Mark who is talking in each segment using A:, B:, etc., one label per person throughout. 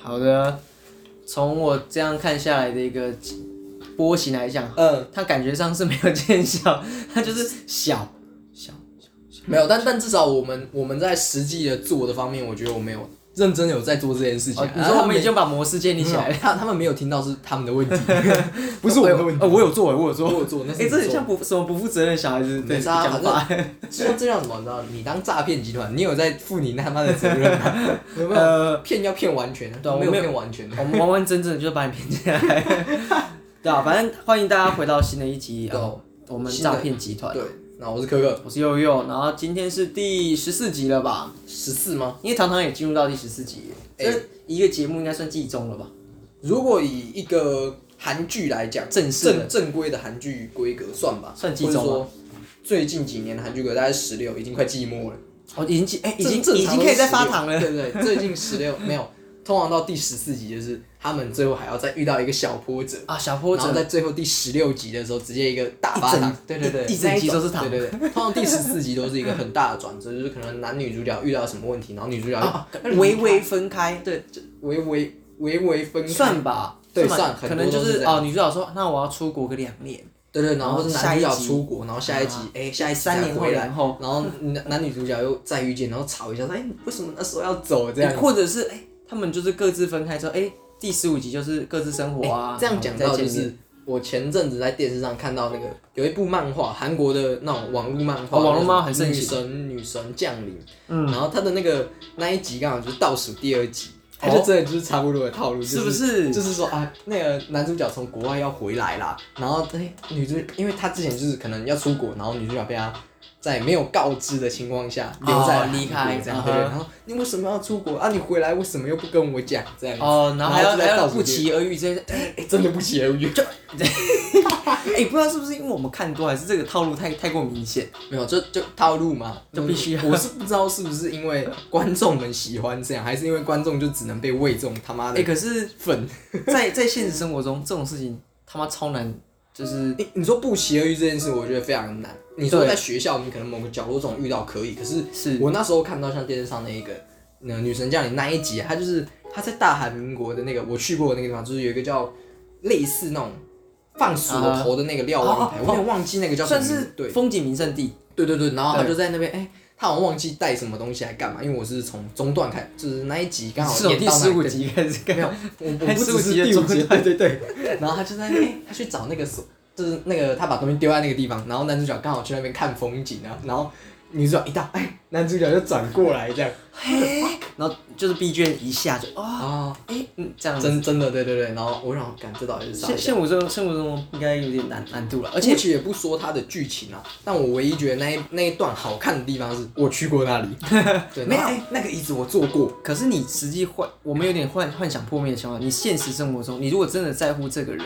A: 好的，从我这样看下来的一个波形来讲，
B: 嗯，
A: 它感觉上是没有见效，它就是 小小。
B: 没有，但但至少我们我们在实际的做的方面，我觉得我没有认真有在做这件事情
A: 哦
B: 啊。
A: 你说我
B: 他
A: 们已
B: 没
A: 经把模式建立起来
B: 没
A: 了，
B: 有他他们没有听到是他们的问题， 不是我们的问题。
A: 呃，我有做，我有做。
B: 我有做，那是
A: 哎，
B: 你
A: 这很
B: 做
A: 像不什么不负责任的小孩子
B: 没
A: 的
B: 事啊
A: 讲法。
B: 这这样什么？你知道，你当诈骗集团，你有在负你他妈的责任吗？有 没有？
A: 呃，
B: 骗要骗完全，
A: 对啊我
B: 没有
A: 没有
B: 骗完全。
A: 我们完完整整地就是把你骗进来。对啊，反正欢迎大家回到新的一集，
B: 对
A: 呃，我们
B: 新的
A: 诈骗集团。
B: 对，那我是可可，
A: 我是佑佑，然后今天是第十四集了吧？
B: 十四吗？
A: 因为糖糖也进入到第十四集，
B: 哎
A: 这一个节目应该算季中了吧？
B: 如果以一个韩剧来讲，
A: 正式的
B: 正正规的韩剧规格算啊吧，
A: 算季
B: 或者
A: 中吗
B: 说最近几年的韩剧规格大概十六，已经快季末了。
A: 哦，已经季哎，已
B: 正
A: 经
B: 正
A: 已
B: 常
A: 经
B: 都
A: 可以
B: 是
A: 在
B: 16
A: 发糖了。
B: 对对，对最近十 六没有，通常到第十四集就是他们最后还要再遇到一个小波折，
A: 啊，小波
B: 然后
A: 折
B: 在最后第十六集的时候直接一个大发糖，
A: 一
B: 对
A: 整
B: 对对，
A: 一一整集
B: 那种
A: 都是糖
B: 对对对，通常第十四集都是一个很大的转折，就是可能男女主角遇到什么问题，然后女主角
A: 啊
B: 就
A: 微微分开，
B: 对，就微微微微分开
A: 算吧，
B: 对
A: 吧
B: 算很
A: 可
B: 多
A: 能就
B: 都是
A: 是
B: 这样
A: 哦，女主角说，那我要出国个两年，
B: 对对，然后是男主角
A: 下一集
B: 出国，然后下一集
A: 啊，
B: 哎，下一集
A: 三
B: 才
A: 年后
B: 回来，
A: 然后
B: 然后男男女主角又再遇见，然后吵一下，说哎，你为什么那时候要走这样？
A: 或者是哎，他们就是各自分开之后，哎，第十五集就是各自生活啊
B: 哎，这样讲
A: 然
B: 到
A: 后再
B: 就
A: 见面
B: 是，我前阵子在电视上看到那个有一部漫画，韩国的那种网络漫画，
A: 哦网络漫画很盛
B: 女
A: 行
B: 神女神降临，
A: 嗯
B: 然后他的那个那一集刚好就是倒数第二集，他
A: 哦
B: 就真的就是差不多的套路，就是
A: 不是
B: 就？是说啊，那个男主角从国外要回来啦，然后哎、女主，因为他之前就是可能要出国，然后女主角被他在没有告知的情况下留在了
A: 哦离开
B: 韩国这样
A: 嗯
B: 对。
A: 哼
B: 然后你为什么要出国啊？你回来为什么又不跟我讲这样？
A: 哦，然后还要
B: 就在
A: 还要
B: 倒数
A: 不
B: 第二
A: 期而遇这些，哎
B: 哎真的不期而遇，
A: 哎，不知道是不是因为我们看多，还是这个套路太太过明显？
B: 没有就就套路嘛，
A: 就必须啊
B: 我是不知道是不是因为观众们喜欢这样，还是因为观众就只能被喂这种他妈
A: 哎，
B: 的
A: 可 是
B: 粉。
A: 在在现实生活中，这种事情他妈超难，就是
B: 你你说不期而遇这件事，我觉得非常难。你说
A: 对
B: 在学校，你可能某个角落中遇到可以，可是
A: 是
B: 我那时候看到像电视上那一个，那女神降临那一集啊，她就是她在大韩民国的那个我去过的那个地方，就是有一个叫类似那种放锁头的那个瞭望台，
A: 啊
B: 我有点忘记那个叫什么
A: 算
B: 名字。
A: 是
B: 对
A: 风景名胜地。
B: 对对对，然后她
A: 对
B: 就在那边，哎、她好像忘记带什么东西来干嘛，因为我是从中段开，就是那一集刚好
A: 是从
B: 演
A: 第
B: 到那
A: 十五
B: 个
A: 集开 始看，
B: 我我
A: 还
B: 不
A: 是
B: 只
A: 我
B: 是
A: 急着
B: 第五
A: 做
B: 集，对对 对。然后他就在那边，哎他去找那个锁，就是那个他把东西丢在那个地方，然后男主角刚好去那边看风景啊，然后女主角一到，哎，男主角就转过来这样
A: 然后就是闭卷一下就啊，
B: 啊，
A: 哎，嗯，这样子。
B: 真真的对对对。然后我想，感这到底是啥
A: 现？现我这生活中应该有点难难度了，而
B: 而且
A: 且
B: 其实也不说它的剧情啊，但我唯一觉得那一那一段好看的地方是我去过那 里，对，
A: 没有
B: 然后哎那个椅子我坐过，
A: 可是你实际幻，我们有点幻幻想破灭的情况。你现实生活中，你如果真的在乎这个人，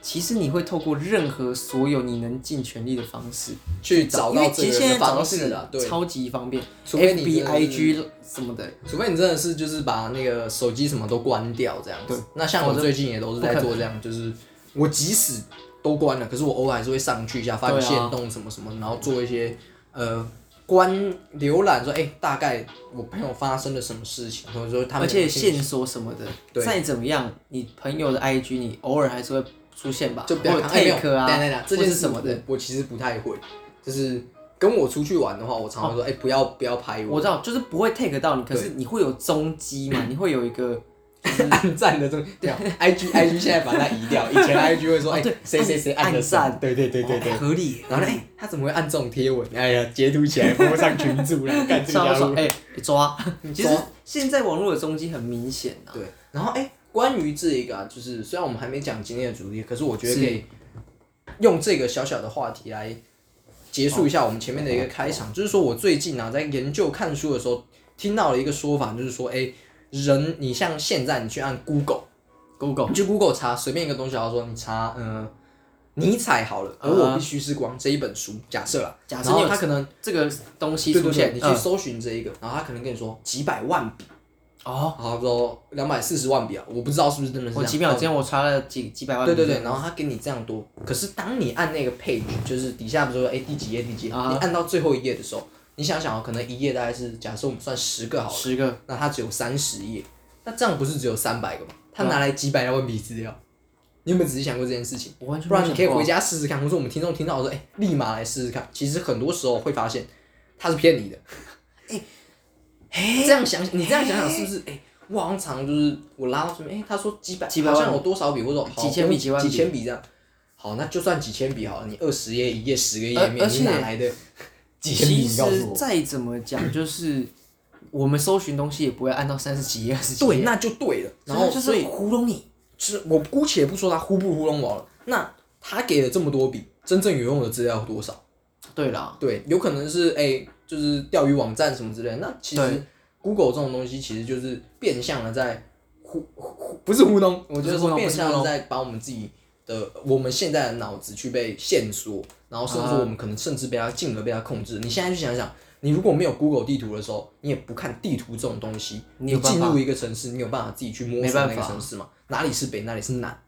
A: 其实你会透过任何所有你能尽全力的方式
B: 去找
A: 因
B: 到
A: 为
B: 这
A: 其实
B: 个
A: 现
B: 人
A: 在
B: 的
A: 找
B: 方
A: 到这
B: 式
A: 个
B: 啊，对，
A: 超级方便
B: 除非你
A: ，F
B: 真
A: B
B: 的
A: I
B: 是
A: G 什么的，
B: 除非你真的是就是把那个手机什么都关掉这样子
A: 对。
B: 那像我
A: 否则
B: 最近也都是在做这样，就是我即使都关了，可是我偶尔还是会上去一下，发个
A: 对啊
B: 线动什么什么，然后做一些呃观浏览说，哎、大概我朋友发生了什么事情，或者说他
A: 而
B: 们
A: 且
B: 有兴趣
A: 线索什么的，
B: 对
A: 再怎么样，你朋友的 I G 你偶尔还是会出现吧，
B: 就不要
A: 或者
B: 看哎没有
A: take 啊，
B: 等一下等一下这
A: 或
B: 件
A: 是
B: 事
A: 什么的。
B: 我，我其实不太会，就是跟我出去玩的话，我常
A: 哦
B: 常会说，哎、不要不要拍
A: 我
B: 我，
A: 知道，就是不会 take 到你，可是你会有踪迹嘛？你会有一个
B: 按赞的这种，对啊，IG IG 现在把它移掉，以前 IG 会说，哎、
A: 哦对
B: 谁谁谁按了什么
A: 按赞
B: 对对对对对
A: 哦，合理，
B: 然后呢，哎、他怎么会按这种贴文？哎呀，截图起来泼上群 主了，干这个
A: 超
B: 家
A: 爽
B: 伙。
A: 哎，抓！ 其实
B: 抓
A: 现在网络的踪迹很明显啊，
B: 对，然后哎、关于这一个啊，就是虽然我们还没讲今天的主题，可是我觉得可以用这个小小的话题来结束一下我们前面的一个开
A: 哦
B: 场。就是说我最近啊，在研究看书的时候，听到了一个说法，就是说，哎、人，你像现在你去按 Google，
A: ，Google
B: 哦你去 Google 查随便一个东西，然后说你查，呃，尼采好了，而我必须是光这一本书，假设啦，
A: 啊假设
B: 然后
A: 你有
B: 他可能。
A: 这个东西
B: 对
A: 出
B: 对对，
A: 现，
B: 你
A: 嗯
B: 去搜寻这一个，然后他可能跟你说几百万笔，
A: 哦，
B: 然后说两百四十万笔啊，我不知道是不是真的是这
A: 我
B: 样。
A: 哦
B: 嗯
A: 几秒之前我查了几几百万，
B: 对对对，，然后他给你这样多，可是当你按那个 page，就是底下不是说哎第几页第几页，
A: 啊
B: 你按到最后一页的时啊候，你想想哦，可能一页大概是假设我们算十个好了，
A: 十个
B: 那它只有三十页，那这样不是只有三百个吗？他
A: 嗯
B: 拿来几百万笔资料，你有没有仔细想过这件事情？
A: 我完全
B: 不然你可以回
A: 家。
B: 家试试看，或者我们听众听到说，哎、立马来试试看。其实很多时候会发现他是骗 你的。哎、这样想，你这样想想是不是？哎、我好像常就是我拉到这边，哎、他说几百，
A: 几百
B: 好
A: 万
B: 像有多少笔，或者好
A: 几千笔几万笔
B: 几千笔这样。好，那就算几千笔好了，你二十页一页十个页
A: 而
B: 面，
A: 呃而
B: 你
A: 且
B: 哪来的几千笔？
A: 其
B: 你
A: 实
B: 告诉我。
A: 再怎么讲，就是我们搜寻东西也不会按到三十几页、二十几页，
B: 对，那就对了。然后
A: 就
B: 所
A: 是
B: 以
A: 糊弄你。
B: 就是我姑且不说他糊不糊弄我好了，那他给了这么多笔，真正有用的资料有多少？
A: 对啦，
B: 对，有可能是哎、就是钓鱼网站什么之类的。那其
A: 对
B: 实 Google 这种东西其实就是变相的在糊糊糊，不是糊弄，我觉
A: 不
B: 得
A: 是糊
B: 说
A: 弄
B: 变相
A: 不是糊
B: 的
A: 弄
B: 在把我们自己的我们现在的脑子去被限缩，然后甚
A: 啊
B: 至说我们可能甚至被它进而被它控制。你现在去想想。你如果没有 Google 地图的时候，你也不看地图这种东西，
A: 你
B: 你
A: 有办
B: 进
A: 法
B: 入一个城市，你有办法自己去摸
A: 没
B: 索
A: 办
B: 那个
A: 法
B: 城市吗？哪里是北，哪里是南？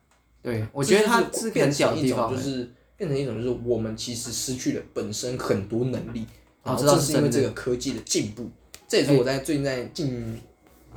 A: 对，我觉得它
B: 这
A: 是
B: 就
A: 个
B: 是
A: 很
B: 变
A: 小
B: 成
A: 的
B: 一
A: 地
B: 种，
A: 方、
B: 就
A: 欸。
B: 是变成一种，就是我们其实失去了本身很多能力，
A: 哦
B: 然后
A: 这倒
B: 正
A: 是
B: 是因为
A: 真的哎
B: 这个科技的进步，这也是我在最近在近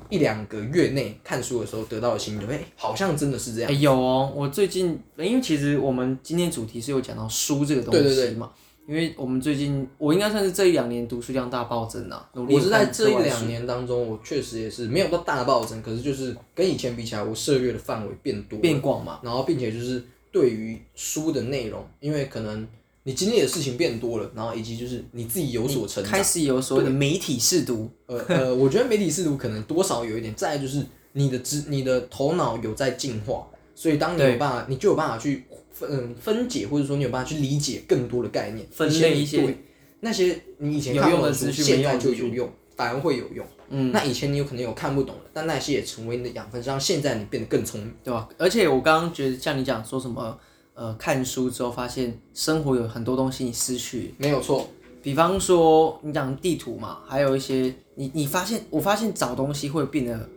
B: 一两个月内看书的时候得到的心得，哎，好像真的是这
A: 哎、
B: 样。
A: 有哦，我最近因为其实我们今天主题是有讲到书这个东西嘛，
B: 对对对
A: 因为我们最近我应该算是这一两年读书量大暴增啊，努力
B: 我是在
A: 看
B: 这
A: 课
B: 一
A: 外
B: 两年当中，我确实也是没有到大的暴增，可是就是跟以前比起来，我涉猎的范围变多
A: 书
B: 了，
A: 变广嘛，
B: 然后并且就是对于书的内容，因为可能你经历的事情变多了，然后以及就是你自己有所成长。
A: 开始有所谓的媒体试读，
B: 呃呃，我觉得媒体试读可能多少有一点，再来就是你的知你的头脑有在进化，所以当你有办法，你就有办法去分嗯分解，或者说你有办法去理解更多的概念，
A: 分
B: 以前
A: 类
B: 你
A: 一些
B: 对那些你以前
A: 有
B: 看不
A: 用
B: 懂
A: 的
B: 书
A: 资讯
B: 现
A: 没用
B: 在
A: 的
B: 就
A: 资
B: 有
A: 讯
B: 用，反而会有用。嗯，那以前你有可能有看不懂的，但那些也成为你的养分，让现在你变得更聪明。
A: 对吧、而且我刚刚觉得像你讲说什么，呃，看书之后发现生活有很多东西你失去，
B: 没有错，
A: 比方说你讲地图嘛，还有一些你你发现我发现找东西会变得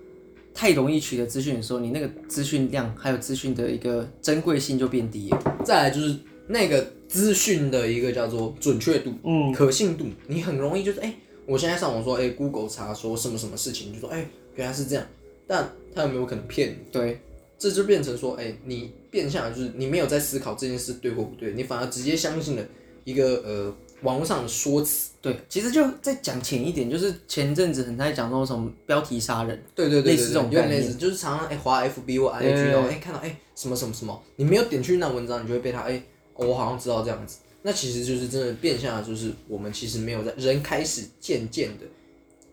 A: 太容易取得资讯的时候，你那个资讯量还有资讯的一个珍贵性就变低了。
B: 再来就是那个资讯的一个叫做准确度、嗯，可信度，你很容易就是哎、我现在上网说哎、Google 查说什么什么事情，你就说哎、原来是这样，但他有没有可能骗你？
A: 对，
B: 这就变成说哎、你变相就是你没有在思考这件事对或不对，你反而直接相信了一个呃网络上的说辞。
A: 对，其实就再讲浅一点，就是前阵子很在讲说什么标题杀人，
B: 对对对，
A: 类似这种
B: 有点
A: 概
B: 类
A: 念
B: 似，就是常常哎滑 FB 或 IG，然后哎看到哎什么什么什么，你没有点去那文章，你就会被他哎、哦我好像知道这样子。那其实就是真的变相的，就是我们其实没有在人开始渐渐的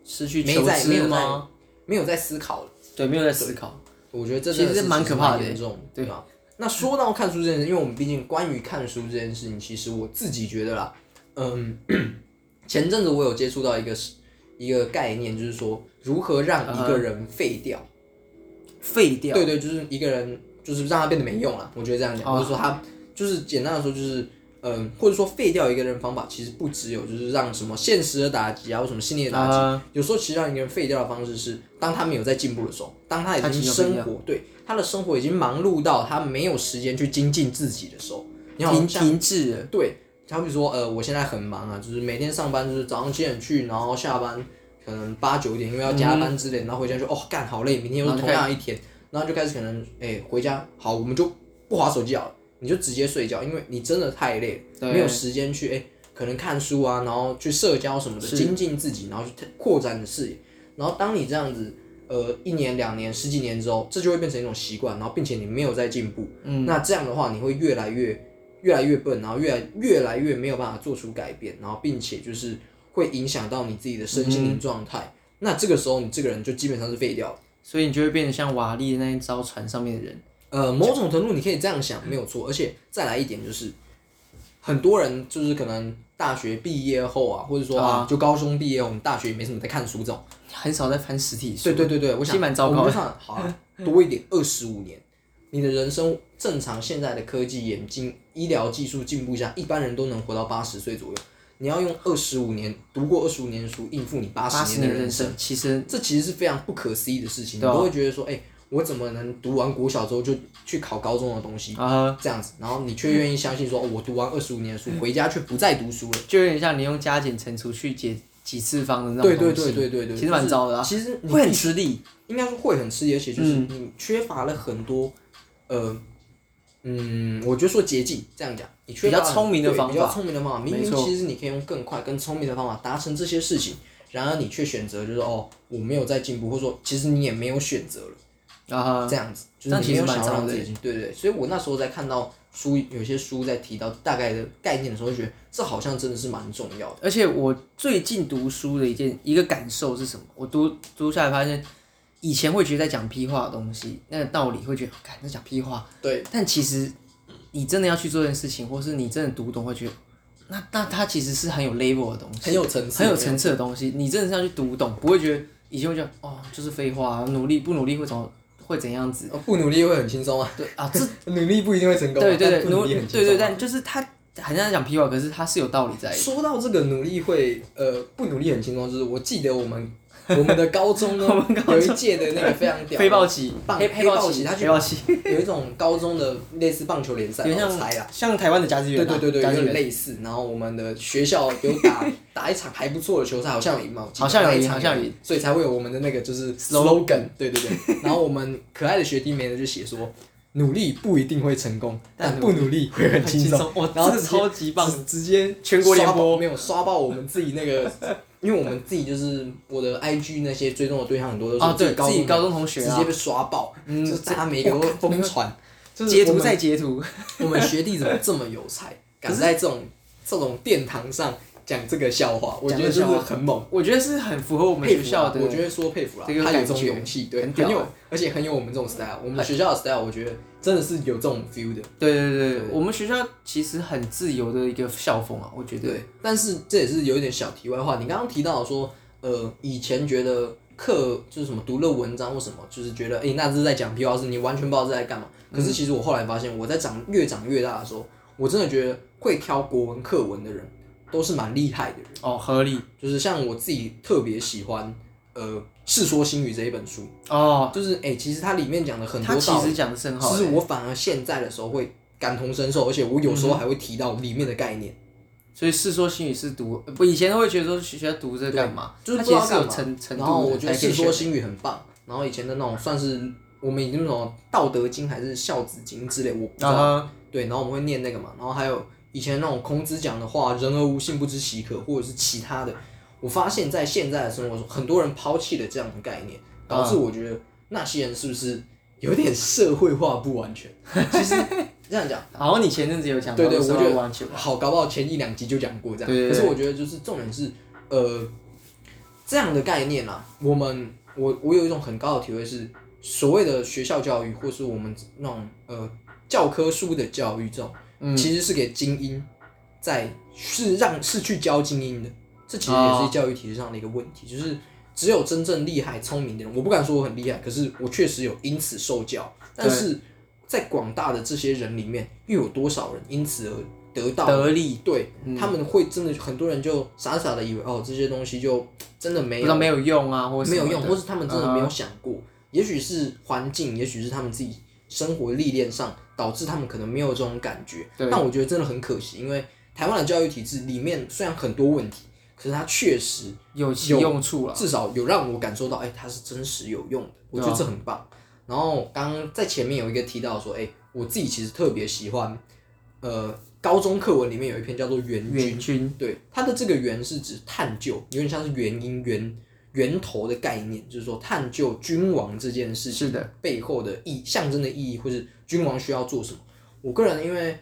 A: 失去
B: 没
A: 求
B: 在没
A: 知
B: 有
A: 吗？
B: 没有在思考了。
A: 对，没有在思考。
B: 我觉得这
A: 其实
B: 真的是
A: 蛮可怕的欸
B: 严重，对吧？那说到看书这件事，因为我们毕竟关于看书这件事情，其实我自己觉得啦，嗯，前阵子我有接触到一个一个概念，就是说如何让
A: 嗯
B: 一个人废掉。
A: 废掉，
B: 对对，就是一个人，就是让他变得没用了。啊我觉得这样讲，
A: 哦
B: 或者说他就是简单的说，就是嗯，或者说废掉一个人的方法，其实不只有就是让什么现实的打击啊，或什么心理的打击。
A: 呃
B: 有时候其实让一个人废掉的方式是，当他没有在进步的时候，当他已
A: 他
B: 经
A: 其实
B: 生活对他的生活已经忙碌到他没有时间去精进自己的时候，你好
A: 停
B: 像
A: 停滞了，
B: 对，好比说，呃，我现在很忙啊，就是每天上班就是早上七点去，然后下班可能八九点，因为要加班之类，然后回家就哦干好累，明天又是同样一天，然后就开始可能哎、回家好，我们就不划手机好了，你就直接睡觉，因为你真的太累了，
A: 对
B: 没有时间去哎、可能看书啊，然后去社交什么的，
A: 是
B: 精进自己，然后去扩展你的视野，然后当你这样子。呃，一年、两年、十几年之后，这就会变成一种习惯，然后并且你没有在进步，嗯，那这样的话，你会越来越越来越笨，然后越来越来越没有办法做出改变，然后并且就是会影响到你自己的身心灵状态。那这个时候，你这个人就基本上是废掉了。
A: 所以你就会变得像瓦力的那一艘船上面的人。
B: 呃，某种程度你可以这样
A: 嗯
B: 想，没有错。而且再来一点就是，很多人就是可能大学毕业后啊，或者说啊，就高中毕业后，你大学也没什么在看书这种。
A: 很少在翻实体书，
B: 对对对对，我
A: 其
B: 想
A: 实蛮糟糕的嗯
B: 我们就算好啊、多一点，二十五年，你的人生正常现在的科技眼镜、医疗技术进步下，一般人都能活到八十岁左右。你要用二十五年读过二十五年的书，应付你八
A: 八
B: 十
A: 十
B: 年
A: 年
B: 的
A: 人
B: 人生，
A: 生其实
B: 这其实是非常不可思议的事情。你
A: 对啊
B: 都会觉得说，哎、我怎么能读完国小之后就去考高中的东西？
A: 啊、
B: 这样子，然后你却愿
A: 嗯
B: 意相信说，哦我读完二十五年的书，回家却不再读书了。
A: 就有点像你用加减乘除去解几次方的那种
B: 对对
A: 东
B: 对
A: 西
B: 对对对，
A: 其实蛮糟的啊，
B: 就是其实你
A: 会很吃力。
B: 应该说会很吃力，而且就是
A: 嗯
B: 你缺乏了很多，呃，嗯，我觉得说捷径这样讲，你缺乏了
A: 比较聪明的
B: 对
A: 方法
B: 比较聪明的方法，明
A: 没
B: 明
A: 错
B: 其实你可以用更快、更聪明的方法达成这些事情，然而你却选择就是哦，我没有在进步，或者说其实你也没有选择了，
A: 然后
B: 这样子，就是
A: 啊但
B: 你
A: 其
B: 没
A: 实
B: 有
A: 蛮
B: 想要
A: 糟
B: 让
A: 的
B: 自己进，对对，所以我那时候在看到书有些书在提到大概的概念的时候，就觉得这好像真的是蛮重要的，
A: 而且我最近读书的一件一个感受是什么？我读读下来发现，以前会觉得在讲屁话的东西，那个道理会觉得，看在讲屁话。
B: 对。
A: 但其实你真的要去做这件事情，或是你真的读懂，会觉得，那那它其实是很有 level 的东西，
B: 很有层次
A: 很有层次的东西。你真的是要去读懂，不会觉得以前会觉得哦，就是废话，努力不努力会怎么会怎样子？
B: 哦不努力会很轻松啊，
A: 对啊，这
B: 努力不一定会成功啊、
A: 对对对
B: 但，不
A: 努
B: 努力很轻松啊
A: 对对，但就是它很像在讲屁话，可是它是有道理在的。
B: 说到这个努力会，呃，不努力很轻松，就是我记得我们我们的高 中呢，有一届的那个非常屌，
A: 黑豹旗，
B: 棒
A: 黑
B: 黑
A: 豹
B: 豹
A: 旗，
B: 旗他去
A: 黑豹旗，
B: 有一种高中的类似棒球联 赛，
A: 有点
B: 我
A: 像
B: 猜啦，啊
A: 像台湾的甲子园
B: 对
A: 啊，
B: 对对对，
A: 甲
B: 有
A: 子
B: 点
A: 园
B: 类似。然后我们的学校有打 打一场还不错的球赛，好像有赢嘛，我记得
A: 好像有赢
B: 那一场
A: 好像有赢，
B: 所以才会有我们的那个就是 slogan，对对对。 然后我们可爱的学弟妹呢就写说。努力不一定会成功，但
A: 但
B: 不努力会很
A: 很
B: 轻
A: 轻
B: 松。
A: 松，哇，
B: 然后
A: 这个
B: 直 接
A: 超级棒，
B: 直直接
A: 全国联
B: 刷爆
A: 播
B: 没有刷爆我们自己那个， 因为我们自己就是我的 IG 那些追踪的对象很多都是
A: 啊！对
B: 高
A: 自己
B: 中
A: 高
B: 的
A: 中同学
B: 直
A: 啊
B: 接，被刷爆，
A: 嗯
B: 就是大家每个都疯传，就是
A: 截
B: 我
A: 图
B: 们
A: 再截 图，
B: 我们学弟怎么这么有才，敢在这种这种殿堂上讲这个笑话，我觉得真的很猛。
A: 我觉得是很符合我
B: 我
A: 们学校的，
B: 啊我觉得说佩服啦，
A: 这个
B: 他有
A: 感
B: 这种
A: 觉
B: 勇气，对，
A: 很
B: 很
A: 屌
B: 有
A: 啊，
B: 而且很有我们这种 style。我们学校的 style，我觉得真的是有这种 feel 的。
A: 对对对对
B: 对，
A: 我们学校其实很自由的一个校风啊，我觉得
B: 对，但是这也是有一点小题外话。你刚刚提到说，呃，以前觉得课就是什么读了文章或什么，就是觉得哎、诶那是在讲屁话，是你完全不知道是在干嘛。可是其实我后来发现，我在长越长越大的时候，我真的觉得会挑国文课文的人都是蛮厉害的人。
A: 哦，合理
B: 就是像我自己特别喜欢，呃，《世说新语》这一本书，
A: 哦，
B: 就是哎、诶其实它里面讲的很多
A: 他其
B: 道理
A: 实，讲的是很好
B: 其
A: 的，
B: 实我反而现在的时候会感同身受，而且我有
A: 嗯
B: 时候还会提到里面的概念。
A: 所以《世说新语》是读，不以前都会觉得说学校读这个干嘛，
B: 就是
A: 它
B: 不
A: 其
B: 知道
A: 实是
B: 干
A: 有
B: 嘛
A: 程程
B: 然后
A: 度哎
B: 我
A: 的，
B: 觉得《
A: 才可以
B: 世说
A: 学。
B: 新语》很棒，然后以前的那种算是我们以前那种《道德经》还是《孝子经》之类，我不知道。
A: 啊
B: 对，然后我们会念那个嘛，然后还有以前那种孔子讲的话“人而无信，不知其可”，或者是其他的。我发现，在现在的生活中，很多人抛弃了这样的概念，导
A: 啊
B: 致我觉得那些人是不是有点社会化不完全？ 其实这样讲。
A: 哈，好像你前阵子有讲到
B: 对对，我
A: 说
B: 觉
A: 玩球
B: 得好，搞不好前一两集就讲过这样。
A: 对对对
B: 可是我觉得就是重点是，呃，这样的概念啊，我们我我有一种很高的体会是，所谓的学校教育，或是我们那种呃教科书的教育，这种、
A: 嗯
B: 其实是给精英在是让是去教精英的，这其实也是教育体制上的一个问题，就是。只有真正厉害、聪明的人，我不敢说我很厉害，可是我确实有因此受教。但
A: 对
B: 是在广大的这些人里面，又有多少人因此而得到？
A: 得嗯力，
B: 对，他们会真的很多人就傻傻的以为哦，这些东西就真的
A: 不
B: 没
A: 知
B: 有
A: 道没有用啊，或者
B: 没有
A: 什么
B: 用，
A: 的
B: 或是他们真的没有想过，也许是环境，也许是他们自己生活历练上导致他们可能没有这种感觉。
A: 对
B: 但我觉得真的很可惜，因为台湾的教育体制里面虽然很多问题，可是它确实
A: 有其用处啊了。
B: 至少有让我感受到，哎、它是真实有用的，
A: 啊
B: 我觉得这很棒。然后刚刚在前面有一个提到说，哎、我自己其实特别喜欢，呃，高中课文里面有一篇叫做《原
A: 远军
B: 对，它的这个“源”是指探究，有点像是原因、源源头的概念，就是说探究君王这件事情
A: 是的
B: 背后的意象征的意义，或是君王需要做什么。我个人因为，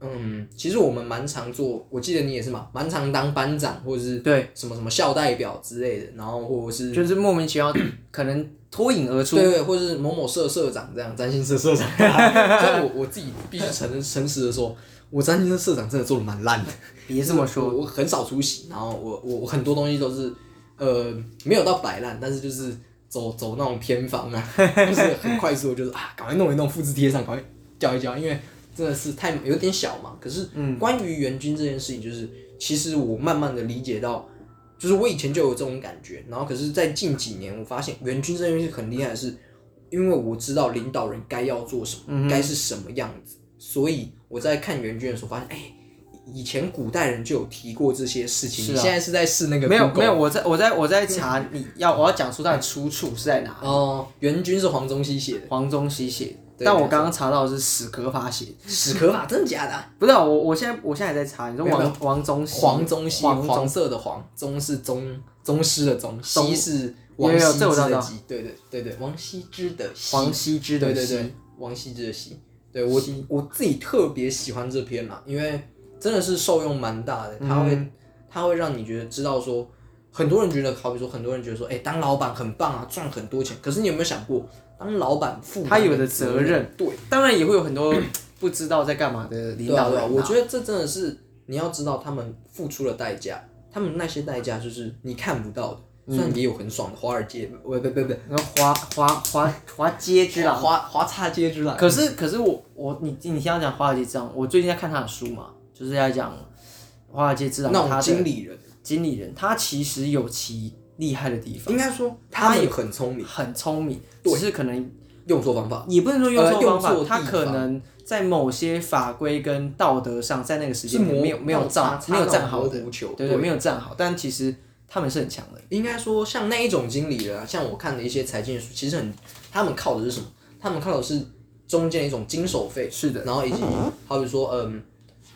B: 嗯，其实我们蛮常做，我记得你也是嘛，蛮常当班长或者是
A: 对
B: 什么什么校代表之类的，然后或者是
A: 就是莫名其妙， 可能脱颖而出
B: 对，对，或者是某某社社长这样，占星社社长。所以我我自己必须承认诚实的说，我占星社社长真的做的蛮烂的。
A: 别这么
B: 我
A: 说，
B: 我很少出席，然后我我我很多东西都是呃没有到摆烂，但是就是走走那种偏方啊， 就是很快速，就是啊赶快弄一弄，复制贴上，赶快教一教，因为真的是太有点小嘛。可是
A: 嗯
B: 关于援军这件事情，就是其实我慢慢的理解到。就是我以前就有这种感觉，然后可是，在近几年，我发现援军这件事很厉害的是，因为我知道领导
A: 嗯
B: 人该要做什么，该、是什么样子，所以我在看援军的时候发现，哎、以前古代人就有提过这些事情，
A: 是啊
B: 你现在是在试那个
A: 没有
B: Google
A: 没有，我在我在我在查你要我要讲出它的出处是在哪。
B: 哦，元君是黄宗羲写的，
A: 黄宗羲写的，
B: 对
A: 但
B: 没
A: 我
B: 错
A: 刚刚查到的是史可法写的，
B: 史可法真的假的啊、
A: 不是啊、我，我现在我现在也在查，你说
B: 没有没
A: 王王宗羲，
B: 黄宗羲，
A: 黄
B: 黄色的黄，宗是宗宗师的宗，
A: 宗
B: 羲是
A: 有有
B: 王
A: 有
B: 羲
A: 这我
B: 之
A: 知
B: 的
A: 道
B: 羲，对对对对，王羲之的羲，
A: 黄羲之的
B: 对对
A: 羲
B: 对，王羲之的羲，对我我自己特别喜欢这篇啦，因为真的是受用蛮大的，它
A: 嗯
B: 会它会让你觉得知道说，很多人觉得，好比说很多人觉得说，哎，当老板很棒啊，赚很多钱，可是你有没有想过，当老板负
A: 他有
B: 的
A: 的责任，
B: 对。
A: 当然也会有很多 不知道在干嘛的领
B: 对啊
A: 导
B: 对
A: 人、
B: 啊，我觉得这真的是你要知道他们付出了代价，他们那些代价就是你看不到的。虽然也有很爽的华尔街，不不不不，
A: 然后华华华华街之狼。
B: 华华差街之狼。
A: 可是可是我我你你听他讲华尔街之狼，我最近在看他的书嘛，就是在讲华尔街之狼
B: 那
A: 他
B: 种
A: 的
B: 经理人，
A: 经理人，他其实有其厉害的地方，
B: 应该说他们也很聪明，
A: 很聪明，只是可能
B: 用错方法。
A: 也不能说用
B: 呃
A: 错
B: 用
A: 方法，
B: 错
A: 他
B: 地
A: 可
B: 方
A: 能在某些法规跟道德上，在那个时
B: 是
A: 间点
B: 模
A: 没有没有
B: 差
A: 站
B: 差
A: 没有
B: 那
A: 站
B: 种
A: 好
B: 模
A: 的，
B: 糊球
A: 对对，
B: 对
A: 没有站好，但其实他们是很强的。
B: 应该说像那一种经理人啊，像我看的一些财经书，其实很，他们靠的是什么？他们靠的是中间一种经手费，
A: 是的，
B: 然后以及好比说，嗯，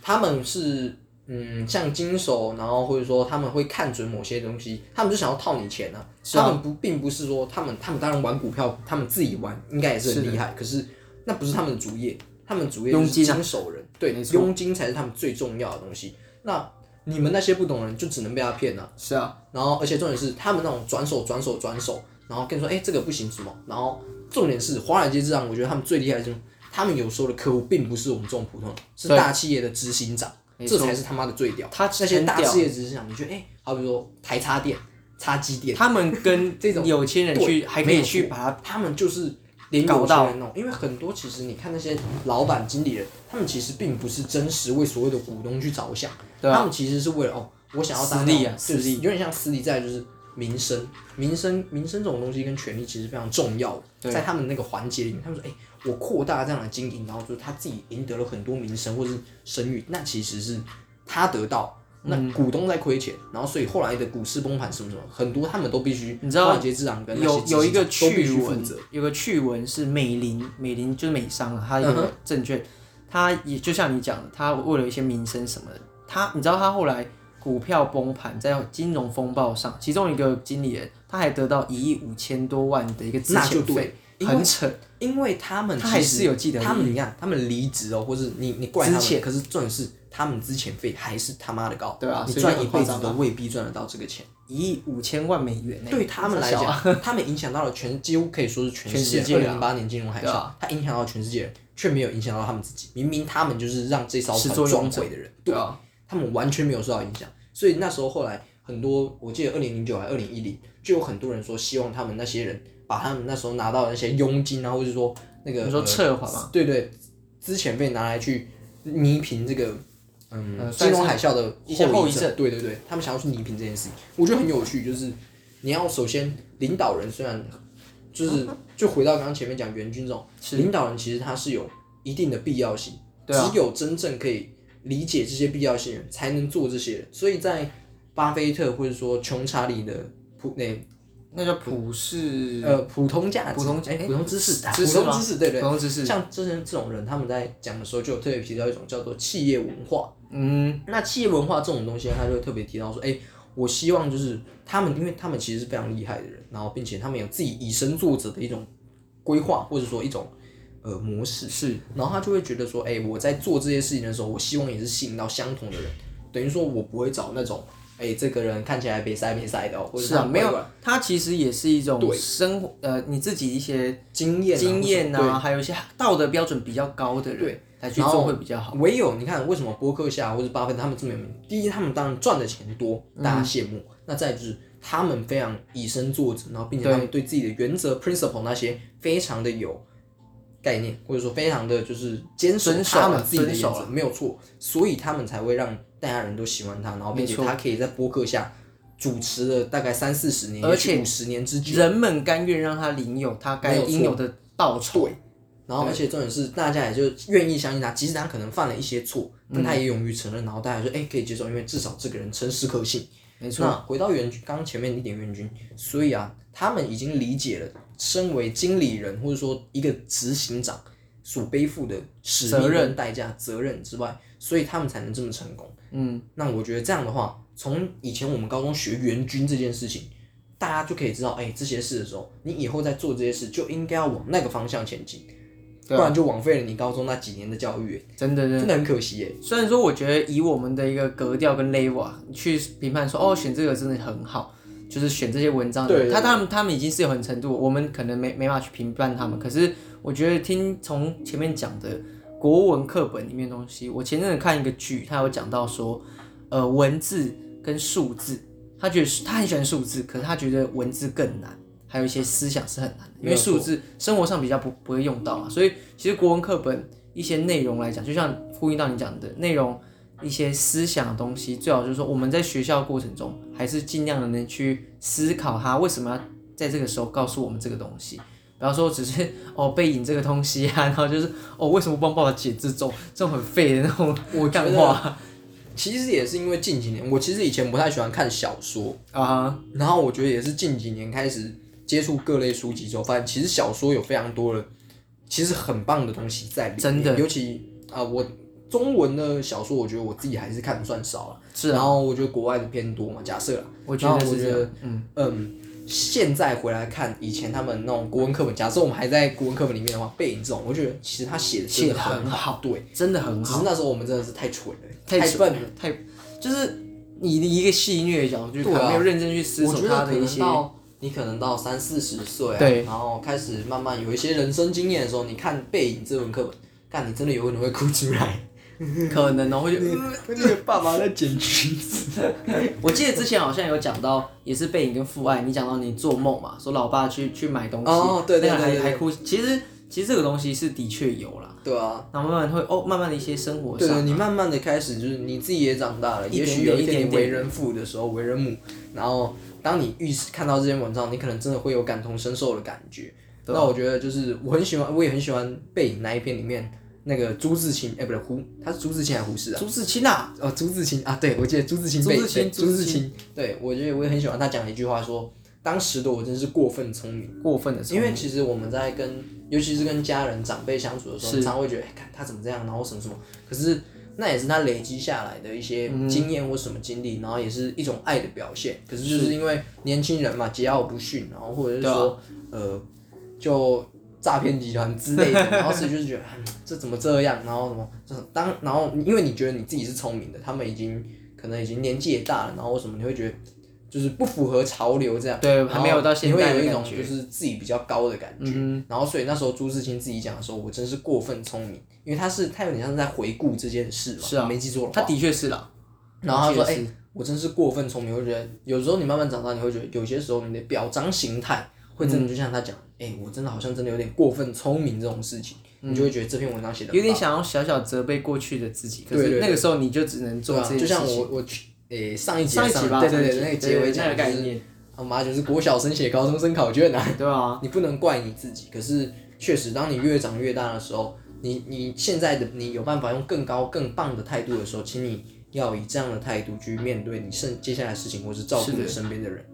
B: 他们是嗯像经手，然后或者说他们会看准某些东西，他们就想要套你钱啊。
A: 是啊
B: 他们不并不是说他们他们当然玩股票，他们自己玩应该也是
A: 是
B: 很
A: 的
B: 厉害，可是那不是他们的主业，他们主业
A: 佣
B: 就是
A: 金啊
B: 经手人，对，
A: 没错
B: 佣金才是他们最重要的东西。那你们那些不懂的人就只能被他骗了、
A: 是啊，
B: 然后而且重点是他们那种转手转手转手，然后跟你说哎、这个不行什么，然后重点是华尔街之狼，我觉得他们最厉害的就是他们有时候的客户并不是我们这种普通人，是
A: 对
B: 大企业的执行长，
A: 没
B: 这
A: 错
B: 才是他妈的最屌。
A: 他
B: 那些
A: 很
B: 大
A: 屌
B: 企业执行长，你觉得哎、好比说台插电、插机电，
A: 他们跟
B: 这种
A: 有钱人去还可
B: 没
A: 以
B: 有
A: 去
B: 错
A: 把它，
B: 他们就是连
A: 搞
B: 有
A: 到
B: 钱人哦弄，因为很多其实你看那些老板、经理人，他们其实并不是真实为所谓的股东去着想，
A: 对啊
B: 他们其实是为了哦，我想要当
A: 私利啊
B: 那种就是
A: 私利
B: 有点像私利，在就是民生、民生、民生这种东西跟权利其实非常重要的，
A: 对
B: 在他们那个环节里面，他们说哎、我扩大这样的经营，然后就是他自己赢得了很多民生或是声誉，那其实是他得到。那
A: 嗯
B: 股东在亏钱，然后所以后来的股市崩盘什么什么，很多他们都必须
A: 你知道
B: 华尔街之狼跟那些
A: 有
B: 执行
A: 有一个
B: 长都必
A: 趣
B: 须负
A: 闻
B: 责。，
A: 有个趣闻是美林，美林就是美商啊，它有
B: 嗯哼
A: 个证券，它也就像你讲的，它为了一些民生什么的，它你知道它后来股票崩盘，在金融风暴上，其中一个经理人他还得到一亿五千多万的一个资
B: 那就
A: 遣
B: 对
A: 费，
B: 因为
A: 很扯。
B: 因为他们
A: 他还
B: 其实
A: 是有记得
B: 他
A: 利
B: 们你看，他们离职哦，或是你你怪他
A: 之
B: 们，
A: 前
B: 可是重点是他们之前费还是他妈的高，
A: 对啊
B: 你
A: 所以
B: 赚
A: 就
B: 一
A: 很
B: 辈
A: 夸
B: 子
A: 张
B: 都
A: 啊
B: 未必赚得到这个钱。
A: 一亿五千万美元、欸，
B: 对他们来
A: 小啊，
B: 讲，他们影响到了全，几乎可以说是全
A: 全
B: 世
A: 世
B: 界。
A: 界
B: 二零
A: 啊
B: 零八年金融海
A: 对
B: 啸
A: 啊，
B: 它影响到全世界人，却没有影响到他们自己。明明他们就是让这艘
A: 始
B: 船
A: 作俑
B: 撞
A: 者
B: 毁的人，
A: 对啊，
B: 他们完全没有受到影响。所以那时候后来很多，我记得二零零九还二零一零，就有很多人说希望他们那些人把他们那时候拿到的那些佣金啊，或者说那个
A: 你说
B: 呃
A: 撤还吗？
B: 对对，之前被拿来去弥平这个嗯
A: 呃
B: 金
A: 算
B: 融
A: 是
B: 海啸的
A: 一些后遗
B: 症
A: 症。
B: 对对对，他们想要去弥平这件事情，我觉得很有趣。就是你要首先领导人虽然就是就回到刚刚前面讲元军这种
A: 是
B: 领导人，其实他是有一定的必要性，
A: 对啊
B: 只有真正可以理解这些必要性的人才能做这些人。所以在巴菲特或者说穷查理的普那、
A: 那叫普世
B: 呃普通价值、
A: 普通
B: 哎普通知识、啊
A: 知识
B: 普通
A: 吗
B: 知识，对对
A: 普通知识，
B: 像这些这种人，他们在讲的时候就有特别提到一种叫做企业文化。
A: 嗯，
B: 那企业文化这种东西，他就会特别提到说，哎、我希望就是他们，因为他们其实是非常厉害的人，然后并且他们有自己以身作则的一种规划，或者说一种呃模式。
A: 是
B: 然后他就会觉得说，哎、我在做这些事情的时候，我希望也是吸引到相同的人，等于说我不会找那种，哎、这个人看起来别塞别塞的、哦，或者
A: 是啊，
B: 他
A: 没
B: 怪
A: 有
B: 怪，
A: 它其实也是一种
B: 对
A: 生活，呃，你自己一些
B: 经验啊
A: 经验
B: 或者
A: 啊，还有一些道德标准比较高的人
B: 对
A: 来去
B: 然后
A: 做会比较好。
B: 唯有你看，为什么伯克夏或者巴菲特他们这么有名？第一，他们当然赚的钱多，
A: 嗯
B: 大家羡慕；那再就是他们非常以身作则，然后并且他们对自己的原则、principle 那些非常的有概念，或者说非常的就是坚守
A: 遵守啊
B: 他们自己的
A: 遵
B: 原
A: 守
B: 则，没有错，所以他们才会让大家人都喜欢他，然后并且
A: 没错
B: 他可以在伯克夏主持了大概三四十年，
A: 而且
B: 五十年之久。
A: 人们甘愿让他领有他该
B: 没有错
A: 应有的报酬，
B: 对然后而且重点是大家也就愿意相信他，即使他可能犯了一些错，但他也勇于承认，然后大家说哎、可以接受，因为至少这个人诚实可信。
A: 没
B: 错。那回到袁军，刚刚前面一点袁军，所以啊，他们已经理解了身为经理人或者说一个执行长所背负的使命
A: 责
B: 任、跟代价、责任之外，所以他们才能这么成功。嗯，那我觉得这样的话，从以前我们高中学援军这件事情，大家就可以知道，哎、这些事的时候，你以后在做这些事就应该要往那个方向前进，不
A: 对啊
B: 然就枉费了你高中那几年的教育，
A: 真的真的。
B: 真的很可惜耶。
A: 虽然说我觉得以我们的一个格调跟 level 啊，去评判说哦选这个真的很好，就是选这些文章的人，
B: 对
A: 他他们他们已经是有很程度，我们可能没没办法去评判他们。可是我觉得听从前面讲的国文课本里面的东西，我前阵子看一个剧，他有讲到说，呃文字跟数字，他觉得他很喜欢数字，可是他觉得文字更难。还有一些思想是很难的，因
B: 没
A: 为
B: 有错
A: 数字生活上比较不不会用到嘛，所以其实国文课本一些内容来讲，就像呼应到你讲的内容，一些思想的东西，最好就是说我们在学校的过程中，还是尽量的能去思考它为什么要在这个时候告诉我们这个东西。不要说只是哦背影这个东西啊，然后就是哦为什么帮爸爸解这种这种很废的那种
B: 我觉
A: 干
B: 得
A: 话
B: 其实也是因为近几年，我其实以前不太喜欢看小说，
A: 啊？
B: 然后我觉得也是近几年开始接触各类书籍之后，发现其实小说有非常多的，其实很棒的东西在里面。
A: 真的
B: 尤其啊、我中文的小说，我觉得我自己还是看的算少了。
A: 是
B: 然
A: 啊，
B: 后我觉得国外的偏多嘛，假设啦，
A: 我觉得
B: 然后我
A: 是
B: 觉
A: 这
B: 得
A: 样，嗯，
B: 嗯，现在回来看以前他们那种国文课本，假设我们还在国文课本里面的话，背影这种，我觉得其实他写的真
A: 写
B: 的
A: 的很
B: 好，
A: 好，
B: 对，
A: 真的很
B: 只
A: 好
B: 是。那时候我们真的是太蠢了，
A: 太
B: 笨了。
A: 太就是你的一个戏虐角度，就是
B: 对啊
A: 他没有认真去思
B: 我
A: 索
B: 觉
A: 他
B: 得可
A: 的一
B: 能
A: 些，
B: 到你可能到三四十岁、啊，
A: 对
B: 然后开始慢慢有一些人生经验的时候，你看《背影》这本课本，看你真的有可能会哭出 来。
A: 可能哦，会 觉得
B: 那个爸爸在剪裙子，
A: 我记得之前好像有讲到，也是背影跟父爱，你讲到你做梦嘛，说老爸去去买东西，
B: 哦对对
A: 那个
B: 对对
A: 还
B: 对
A: 还哭。其实其实这个东西是的确有啦，
B: 对啊，
A: 然后慢慢会哦，慢慢的一些生活
B: 对
A: 上
B: 对，你慢慢的开始就是你自己也长大
A: 啊
B: 了，
A: 一点
B: 也
A: 点
B: 许有一
A: 一
B: 天
A: 点
B: 你
A: 点
B: 为人父的时候，为人母，然后当你遇看到这篇文章，你可能真的会有感同身受的感觉。
A: 对啊
B: 那我觉得就是我很喜欢，我也很喜欢《背影》那一篇里面那个朱自清，哎、不对，胡，他是朱自清还是胡适啊？
A: 朱自清啊，
B: 哦，朱自清啊，对，我记得朱自清
A: 朱
B: 被，
A: 自清
B: 对
A: 朱
B: 朱
A: 自
B: 自清，对我觉得我也很喜欢他讲的一句话说，当时的我真是过分聪明，
A: 过分的时
B: 因
A: 候，
B: 为其实我们在跟，尤其是跟家人长辈相处的时候，常会觉得，哎，看他怎么这样，然后什么什么，可是那也是他累积下来的一些
A: 嗯
B: 经验或什么经历，然后也是一种爱的表现。可是就是因为年轻人嘛，桀骜不驯，然后或者是
A: 对啊
B: 说，呃，就诈骗集团之 类的，然后所以就是觉得，嗯这怎么这样，然后什么，就是当然后因为你觉得你自己是聪明的，他们已经可能已经年纪也大了，然后什么你会觉得。就是不符合潮流这样，
A: 对
B: 然后
A: 还没有到现
B: 你会
A: 代的
B: 有一
A: 感
B: 种
A: 觉嗯
B: 就是自己比较高的感觉。然后所以那时候朱自清自己讲的时候，我真是过分聪明，因为他是他有点像是在回顾这件事嘛，
A: 是啊
B: 没记错的
A: 他
B: 话。
A: 的确是啦。
B: 然后他说：“
A: 的确
B: 哎、
A: 是
B: 我真是过分聪明。”我觉得有时候你慢慢长大，你会觉得有些时候你的表彰形态会真的就像他讲，哎、我真的好像真的有点过分聪明这种事情，
A: 嗯
B: 你就会觉得这篇文章写的
A: 有点想要小小责备过去的自己，可
B: 对
A: 是
B: 对对
A: 那个时候你就只能做
B: 对啊
A: 这，件
B: 就
A: 事
B: 像
A: 情。
B: 我我去。诶、上一集
A: 上一集吧，
B: 对对
A: 上
B: 对，
A: 一
B: 那
A: 集
B: 个结尾
A: 对
B: 讲
A: 那个
B: 的
A: 概
B: 就是
A: 念，
B: 他妈就是国小生写高中生考卷啊，
A: 对啊，
B: 你不能怪你自己。可是确实，当你越长越大的时候，你你现在的你有办法用更高更棒的态度的时候，请你要以这样的态度去面对你剩接下来的事情，或是照顾
A: 是的
B: 你身边的人。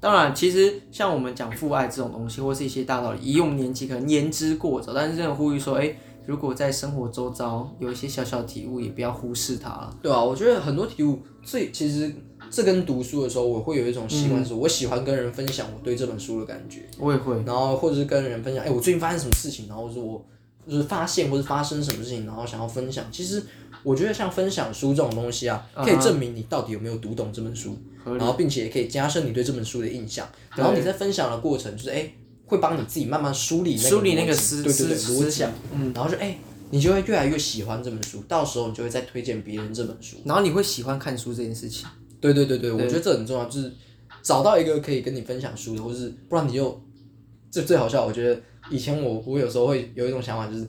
A: 当然，其实像我们讲父爱这种东西，或是一些大道理，以我们年纪可能言之过早，但是真的呼吁说，哎、如果在生活周遭有一些小小体悟，也不要忽视它了。
B: 对啊，我觉得很多题目最其实这跟读书的时候，我会有一种习惯，是我喜欢跟人分享我对这本书的感觉。
A: 我也会，
B: 然后或者是跟人分享，哎、我最近发生什么事情，然后是我就是发现或者发生什么事情，然后想要分享。其实我觉得像分享书这种东西啊，可以证明你到底有没有读懂这本书，
A: 合
B: 然后并且也可以加深你对这本书的印象。
A: 对
B: 然后你在分享的过程，就是哎、会帮你自己慢慢梳理那个
A: 梳理那个
B: 逻辑
A: 思
B: 对对对
A: 思思
B: 逻辑
A: 想，
B: 嗯，然后就哎、你就会越来越喜欢这本书，到时候你就会再推荐别人这本书。
A: 然后你会喜欢看书这件事情。
B: 对对对对，我觉得这很重要，就是找到一个可以跟你分享书的，或是不然你就这最好笑。我觉得以前我我有时候会有一种想法，就是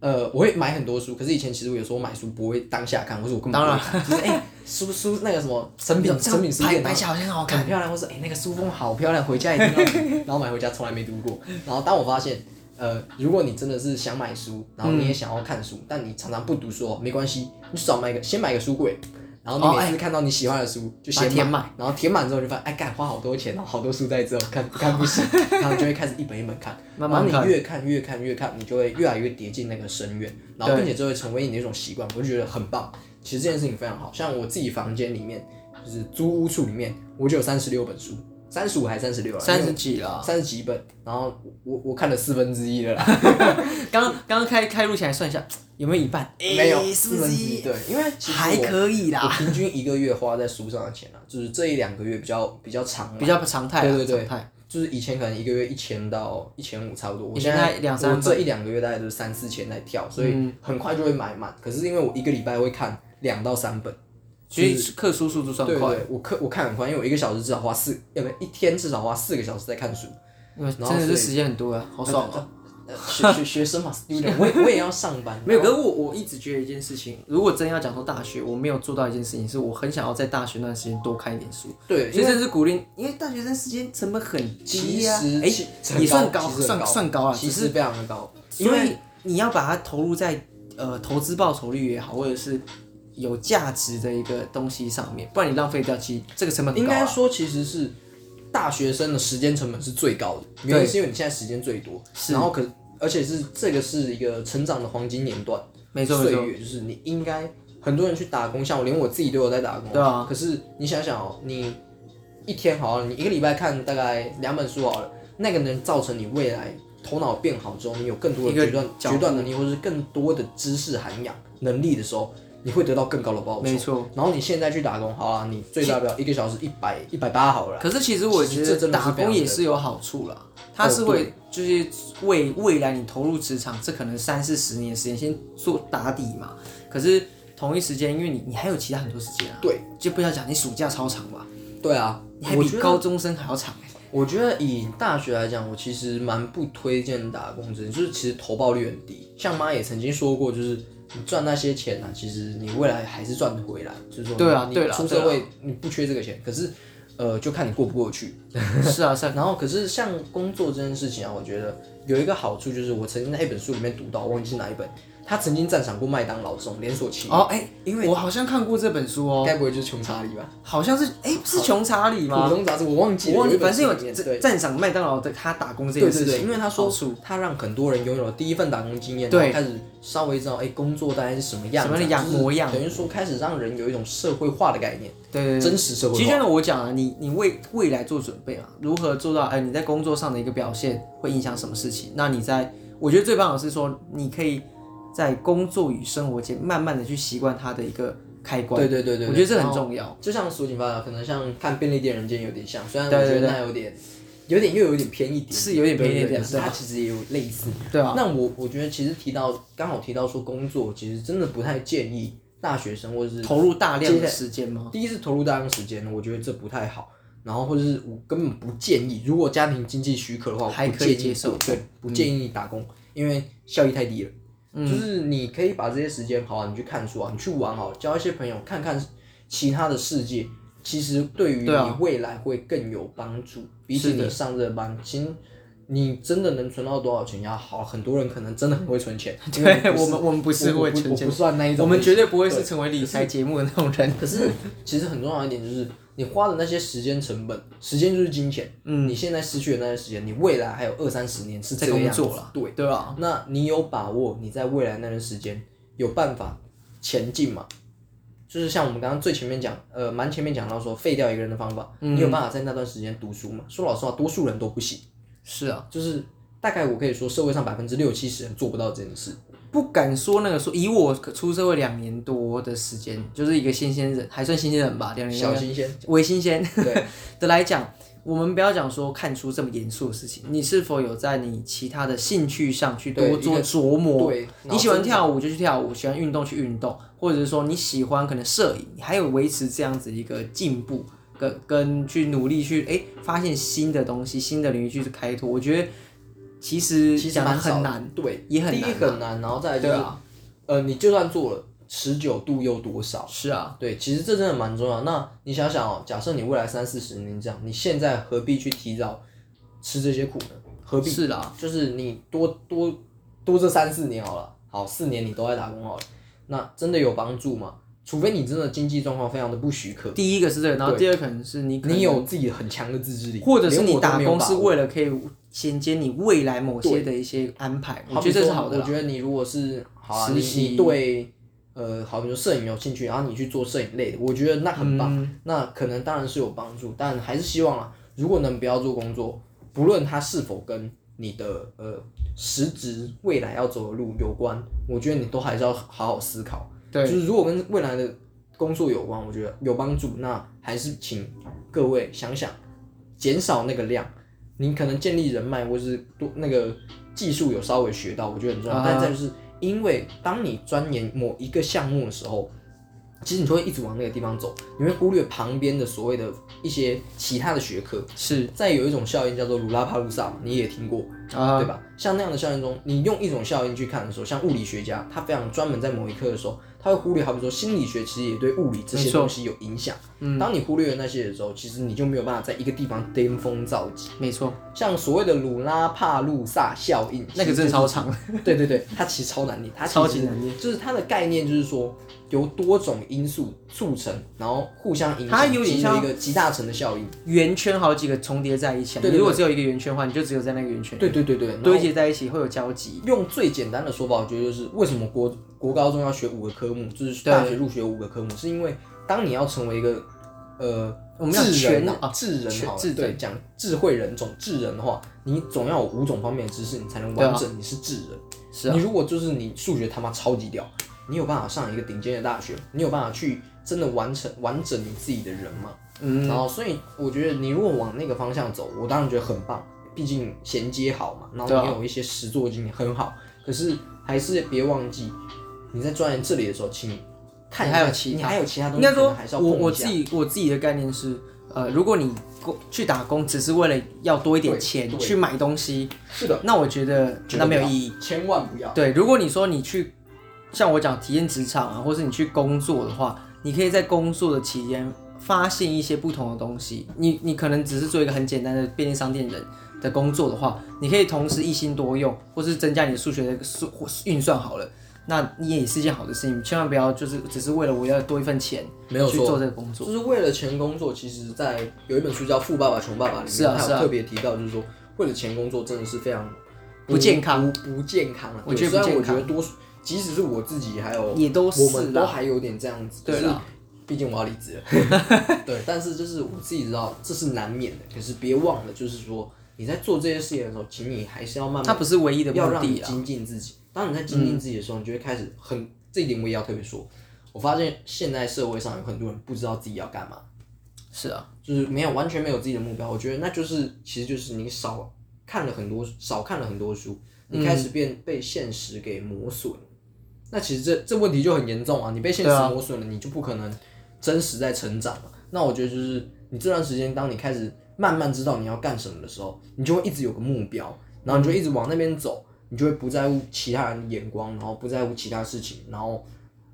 B: 呃，我会买很多书，可是以前其实我有时候买书不会当下看，或者我根本不会看，就是哎、书书那个什么成品
A: 这
B: 成品
A: 样
B: 书
A: 拍
B: 店
A: 拍起来好像很好看，
B: 很 漂亮，或是哎、那个书封好漂亮，回家一定要买，然后买回家从来没读过。然后当我发现，哎、呃，如果你真的是想买书，然后你也想要看书，但你常常不读书，哦没关系，你少买一个，先买个书柜，然后
A: 哦
B: 你每次看到你喜欢的书、就
A: 把
B: 先
A: 它填
B: 满，然后填满之后就发现，哎，干花好多钱哦，好多书在这哦，看看不行，然后你就会开始一本一本看，
A: 慢慢
B: 然后你越看越看越看，你就会越来越跌进那个深渊，然后并且这会成为你的一种习惯，我就觉得很棒。其实这件事情非常好，像我自己房间里面，就是租屋处里面，我就有三十六本书，三十五还三十六啊，
A: 三十几了。
B: 三十几本，然后我我我看了四分之一了啦，
A: 刚刚刚开开录起来算一下，有没有一半？哎
B: 没有
A: 四
B: 四
A: 分
B: 分
A: 之
B: 之
A: 一
B: 一，，对，因为其实
A: 还
B: 我
A: 可以
B: 我
A: 啦，
B: 平均一个月花在书上的钱啊，就是这一两个月比较比 较长啊，
A: 比较常态啦，
B: 对对对
A: 常态。
B: 就是以前可能一个月一千到一千五差不多，我
A: 以前
B: 现
A: 大概
B: 在
A: 两三嗯
B: 我这一两个月大概就是三四千在跳，所以很快就会买满。可是因为我一个礼拜会看两到三本，
A: 其实克苏速度算
B: 对
A: 快，
B: 对，我看我看很快，因为我一个小时至少花四，要不一天至少花四个小时在看书。
A: 嗯
B: 然
A: 真
B: 后
A: 的
B: 所
A: 是
B: 以
A: 时间很多啊，好爽啊！，
B: 呃学学学生嘛，student，我也我也要上班
A: 没有，可是我我一直觉得一件事情，如果真要讲说大学，我没有做到一件事情，是我很想要在大学那段时间多看一点书。
B: 对，
A: 所以这是鼓励，因为大学生时间成本很
B: 其
A: 低
B: 实
A: 啊，哎、
B: 其实很
A: 也算
B: 高，
A: 高，
B: 其实很
A: 算算高啊，
B: 其
A: 只
B: 实
A: 是
B: 非常的高，因
A: 所
B: 为
A: 以你要把它投入在呃投资报酬率也好，或者是有价值的一个东西上面，不然你浪费掉，其实这个成本很
B: 应
A: 高、
B: 该
A: 啊。
B: 说其实是大学生的时间成本是最高的，
A: 对
B: 原因是因为你现在时间最多，
A: 是
B: 然后可而且是这个是一个成长的黄金年段，
A: 没错没
B: 岁
A: 错，
B: 月就是你应该很多人去打工，像我连我自己都有在打工，
A: 对啊，
B: 可是你想想哦，你一天好了，你一个礼拜看大概两本书好了，那个能造成你未来。头脑变好之后，你有更多
A: 一个
B: 的决断、
A: 角度
B: 决断能力，或者是更多的知识涵养能力的时候，你会得到更高的报酬。
A: 没错。
B: 然后你现在去打工，好了，啊你最大不了一个小时一百一百八好了啦。
A: 可是其实我
B: 其
A: 觉
B: 实这
A: 得
B: 真的是
A: 打
B: 非
A: 工
B: 常哦
A: 也
B: 的
A: 是有好处啦，它是会就是为未来你投入职场这可能三四十年的时间先做打底嘛。可是同一时间，因为你你还有其他很多时间啊，
B: 对，
A: 就不要讲你暑假超长吧，
B: 对啊
A: 你，还
B: 我
A: 比
B: 觉得
A: 高中生还要长、欸。
B: 我觉得以大学来讲，我其实蛮不推荐打工这件事，就是其实投报率很低。像妈也曾经说过，就是你赚那些钱啊，其实你未来还是赚得回来。就是说，
A: 对啊
B: 你
A: 对啦
B: 出社会你不缺这个钱，可是呃，就看你过不过去。
A: 是啊是啊，
B: 然后可是像工作这件事情啊，我觉得有一个好处就是，我曾经在一本书里面读到，我忘记是哪一本，他曾经赞赏过麦当劳这种连锁企业。
A: 哦哎、因为我好像看过这本书哦，
B: 该不会就是穷查理吧？
A: 好像是哎、是穷查理
B: 普
A: 吗？
B: 通杂志我忘记了，
A: 我忘记，
B: 一本
A: 反正有
B: 书里面
A: 赞
B: 对
A: 赞赏麦当劳的他打工这
B: 对
A: 件事
B: 对
A: 情，
B: 对，因为他说
A: 好处
B: 他让很多人拥有了第一份打工经验，然
A: 对
B: 后开始稍微知道哎工作大概是什么样
A: 什
B: 子
A: 么样的
B: 啊，
A: 样
B: 就是
A: 模样
B: 等于说开始让人有一种社会化的概念，
A: 对对对。
B: 真实社会
A: 其实就
B: 化。
A: 像我讲了，你你为未来做准备嘛，如何做到？哎、你在工作上的一个表现会影响什么事情？那你在，我觉得最棒的是说，你可以在工作与生活间慢慢的去习惯它的一个开关。
B: 对对对对，
A: 我觉得这
B: 然
A: 很
B: 后
A: 重要。
B: 就像苏锦发，可能像看便利店人间有点像，虽然我
A: 对对
B: 觉得
A: 对
B: 那有点有点又有点偏一点，
A: 是有点偏一点
B: 对对对可是
A: 对吧
B: 它其实也有类似。
A: 对啊，
B: 那我我觉得其实提到刚好提到说工作，其实真的不太建议大学生或者是
A: 投入大量的时间吗？
B: 第一是投入大量时间，我觉得这不太好。然后或者是我根本不建议，如果家庭经济许可的话，我
A: 还
B: 不
A: 可以
B: 建
A: 接
B: 议
A: 受嗯
B: 对，不建议你打工，因为效益太低了。就是你可以把这些时间，好、啊，你去看书啊，你去玩好了，交一些朋友，看看其他的世界，其实对于
A: 对啊
B: 你未来会更有帮助。比起
A: 是的
B: 你上这班，其实你真的能存到多少钱要好，很多人可能真的很会存钱。因为
A: 对我们我们不是会存
B: 我
A: 钱
B: 不算那一种类型，
A: 我们绝对不会是成为理财节目的那种人。
B: 可是其实很重要一点就是，你花的那些时间成本，时间就是金钱。嗯，你现在失去的那些时间，你未来还有二三十年是
A: 在
B: 这个
A: 工
B: 样子啊
A: 作啦
B: 对
A: 对啊吧？
B: 那你有把握你在未来那段时间有办法前进吗？就是像我们刚刚最前面讲，呃，蛮前面讲到说废掉一个人的方法，
A: 嗯
B: 你有办法在那段时间读书吗？说老实话，多数人都不行。
A: 是啊，
B: 就是大概我可以说，社会上百分之六七十人做不到这件事。
A: 不敢说那个说，以我出社会两年多的时间，就是一个新鲜人，还算新鲜人吧，两年多
B: 小心些，
A: 微新鲜
B: 对
A: 的来讲，我们不要讲说看书这么严肃的事情，你是否有在你其他的兴趣上去多
B: 对一
A: 做
B: 个
A: 琢磨？
B: 对，
A: 你喜欢跳舞就去跳舞，喜欢运动去运动，或者是说你喜欢可能摄影，还有维持这样子一个进步，跟跟去努力去哎、诶发现新的东西、新的领域去开拓。我觉得其实
B: 其实
A: 讲得
B: 蛮少
A: 很
B: 的
A: 难，
B: 对，
A: 也很
B: 第一
A: 难啊
B: 很难，然后再来就是，
A: 对啊
B: 呃，你就算做了，持久度又多少？
A: 是啊，
B: 对，其实这真的蛮重要。那你想想哦，假设你未来三四十年这样，你现在何必去提早吃这些苦呢？何必？
A: 是啦，
B: 就是你多多多这三四年好了，好四年你都在打工好了，那真的有帮助吗？除非你真的经济状况非常的不许可，
A: 第一个是这个，然后第二可能是你可能
B: 你有自己很强的自制力，
A: 或者是
B: 连
A: 你
B: 我都
A: 打
B: 没有
A: 工
B: 把
A: 是
B: 握
A: 为了可以衔接你未来某些的一些安排，我
B: 好
A: 觉
B: 比
A: 得这是
B: 说
A: 好的
B: 我
A: 啦。
B: 觉得你如果是好、啊、
A: 实
B: 你
A: 习
B: 你对呃，好比说摄影有兴趣，然后你去做摄影类的，我觉得那很棒，那可能当然是有帮助，但还是希望啊，如果能不要做工作，不论它是否跟你的呃实质未来要走的路有关，我觉得你都还是要好好思考。
A: 对，
B: 就是如果跟未来的工作有关，我觉得有帮助，那还是请各位想想，减少那个量，你可能建立人脉或是多那个技术有稍微学到，我觉得很重要。
A: 啊
B: 但再就是因为当你钻研某一个项目的时候，其实你就会一直往那个地方走，你会忽略旁边的所谓的一些其他的学科。
A: 是
B: 再有一种效应叫做鲁拉帕鲁萨嘛，你也听过。
A: 啊
B: 对，吧？像那样的效应中，你用一种效应去看的时候，像物理学家，他非常专门在某一科的时候，他会忽略，好比说心理学其实也对物理这些东西有影响。
A: 嗯
B: 当你忽略了那些的时候，其实你就没有办法在一个地方巅峰造极。
A: 没错，
B: 像所谓的鲁拉帕路萨效应，
A: 那个真的超长，
B: 对对对，它其实超难念，它其实
A: 超级难念，
B: 就是它的概念就是说由多种因素促成，然后互相影响，
A: 它有点
B: 形成
A: 像
B: 一个集大成的效应。
A: 圆圈好几个重叠在一起啊。
B: 对对
A: 你如果只有一个圆圈的话，你就只有在那个圆圈
B: 对对对对，然后
A: 堆叠在一起会有交集。
B: 用最简单的说法，我觉得就是为什么国国高中要学五个科目，就是
A: 对
B: 大学入学五个科目，是因为当你要成为一个呃
A: 我们要
B: 智人
A: 全啊
B: 智人
A: 全
B: 好了
A: 智人
B: 对讲智慧人种智人的话，你总要有五种方面的知识，你才能
A: 对啊
B: 完整你是智人。
A: 是啊
B: 你如果就是你数学他妈超级屌，你有办法上一个顶尖的大学，你有办法去真的完成完整你自己的人吗？
A: 嗯，
B: 然后所以我觉得你如果往那个方向走，我当然觉得很棒，毕竟衔接好嘛，然
A: 对
B: 后
A: 啊
B: 你有一些实作经验很好。可是还是别忘记，你在钻研这里的时候，请看一
A: 你还有
B: 下
A: 其
B: 你
A: 他
B: 还有其他东
A: 应
B: 西，
A: 该
B: 可
A: 说
B: 能还是要
A: 我
B: 碰一
A: 我
B: 下
A: 自己我自己的概念是，呃，如果你工去打工只是为了要多一点
B: 对
A: 钱
B: 对
A: 去买东西，
B: 是的，
A: 那我觉得
B: 绝对
A: 那没有
B: 不要
A: 意义。，
B: 千万不要。
A: 对，如果你说你去，像我讲体验职场啊，或是你去工作的话，你可以在工作的期间发现一些不同的东西。你你可能只是做一个很简单的便利商店人的工作的话，你可以同时一心多用，或是增加你的数学的数或是运算好了。那你也是一件好的事情，千万不要就是只是为了我要多一份钱，
B: 没有
A: 去
B: 错
A: 做这个工作。
B: 就是为了钱工作，其实，在有一本书叫《富爸爸穷爸爸》里
A: 是啊
B: 面，他
A: 是
B: 有
A: 啊
B: 特别提到，就是说为了钱工作真的是非常
A: 不健康，
B: 不不健康啊。
A: 我
B: 对
A: 觉得不
B: 虽然我
A: 健康
B: 觉得多数，即使是我自己，还有
A: 也都是
B: 我们都
A: 啦
B: 还有点这样子，
A: 对
B: 就是
A: 啦
B: 毕竟我要离职 了。对，但是就是我自己知道这是难免的，可是别忘了，就是说你在做这些事情的时候，请你还是要慢慢
A: 它不是唯一的
B: 要
A: 目
B: 让你
A: 的啊，
B: 精进自己。当你在精进自己的时候，你就会开始很这一点我也要特别说。我发现现在社会上有很多人不知道自己要干嘛，
A: 是啊，
B: 就是没有完全没有自己的目标。我觉得那就是其实就是你少看了很多，少看了很多书，你开始变被现实给磨损。那其实这这问题就很严重啊！你被现实
A: 对啊
B: 磨损了，你就不可能真实在成长了。那我觉得就是你这段时间，当你开始慢慢知道你要干什么的时候，你就会一直有个目标，然后你就一直往那边走，你就会不在乎其他人的眼光，然后不在乎其他事情，然后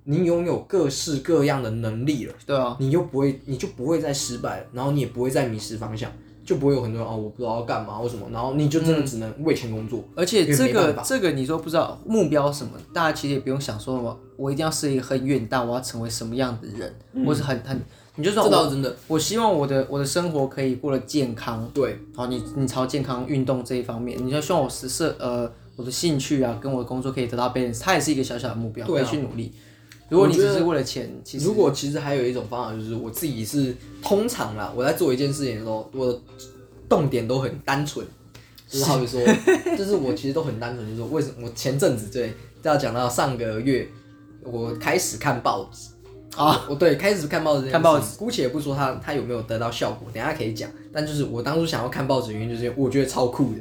B: 你拥有各式各样的能力了。
A: 对啊，
B: 你又不会，你就不会再失败了，然后你也不会再迷失方向，就不会有很多人哦，我不知道要干嘛或什么，然后你就真的只能为钱工作。
A: 而且这
B: 也没办
A: 个
B: 法
A: 这个你说不知道目标是什么，大家其实也不用想说我我一定要是一个很远大，我要成为什么样的人，或是很很，你就说
B: 这倒
A: 我
B: 嗯是真的，
A: 我希望我的我的生活可以过得健康，
B: 对，
A: 好，你你朝健康运动这一方面，你就希望我是是呃我的兴趣啊跟我的工作可以得到 balance，它也是一个小小的目标，
B: 对
A: 可
B: 啊
A: 以去努力。如果你
B: 我觉
A: 只
B: 得
A: 是为了钱，其实
B: 如果其实还有一种方法，就是我自己是通常啦，我在做一件事情的时候，我的动点都很单纯，就是好比说， 就是我其实都很单纯，就是说为什么我前阵子对，这要讲到上个月，我开始看报纸。
A: 啊，
B: 我对开始看报纸这件事情，
A: 看报
B: 纸，姑且不说它它有没有得到效果，等一下可以讲。但就是我当初想要看报纸的原因，就是我觉得超酷的。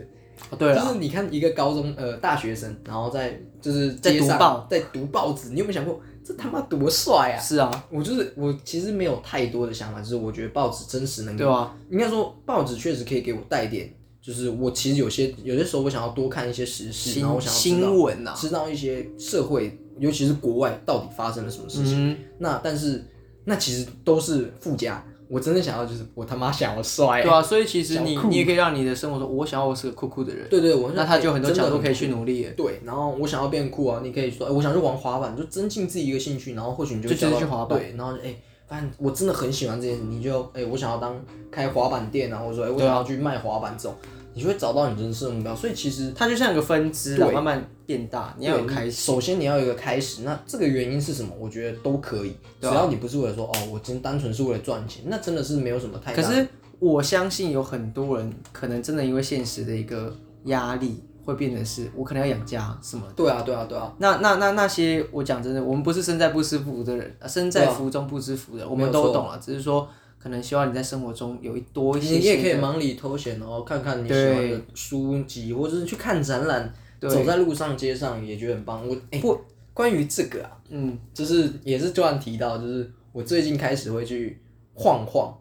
A: 哦对
B: 就
A: 了，
B: 是你看一个高中呃大学生，然后在就是
A: 在
B: 街
A: 读
B: 上
A: 报，
B: 在读报纸，你有没有想过这他妈多帅啊？
A: 是啊，
B: 我就是我其实没有太多的想法，就是我觉得报纸真实能
A: 对
B: 够，
A: 啊，
B: 应该说报纸确实可以给我带点，就是我其实有些有些时候我想要多看一些时事，然后我
A: 新
B: 想要知道
A: 新闻啊，
B: 知道一些社会，尤其是国外到底发生了什么事情。
A: 嗯，
B: 那但是那其实都是附加，我真的想要就是我他妈想要帅。
A: 对啊，所以其实你
B: 小酷
A: 你也可以让你的生活说，我想要我是个酷酷的人，
B: 对对，我
A: 那他就很多
B: 真的
A: 角度可以去努力，
B: 对，然后我想要变酷啊，你可以说，哎，我想去玩滑板，就增进自己一个兴趣，然后或许你就
A: 就直
B: 交
A: 接
B: 到
A: 去滑板
B: 对，然后就哎，发现我真的很喜欢这件事，你就哎，我想要当开滑板店啊，或者说哎，我
A: 对啊
B: 想要去卖滑板这种，你就会找到你人生的目标。所以其实
A: 它就像一个分支啦，慢慢变大， 你要有
B: 对
A: 开始。
B: 首先你要有一个开始，那这个原因是什么？我觉得都可以，
A: 啊
B: 只要你不是为了说哦，我今天单纯是为了赚钱，那真的是没有什么太
A: 可
B: 大。
A: 是我相信有很多人可能真的因为现实的一个压力，会变成是我可能要养家什么。
B: 对啊，对啊，对啊，
A: 那那那那些，我讲真的，我们不是身在不知福的人，呃身在福中不知福的，我
B: 啊没
A: 们
B: 有
A: 都懂了。只是说，可能希望你在生活中有一多一些
B: 你也可
A: 些
B: 以忙里偷闲哦，看看你喜
A: 对
B: 欢的书籍，或者是去看展览，
A: 对
B: 走在路上、街上也觉得很棒。我哎、
A: 不
B: 关于这个啊，
A: 嗯，
B: 就是也是突然提到，就是我最近开始会去晃晃，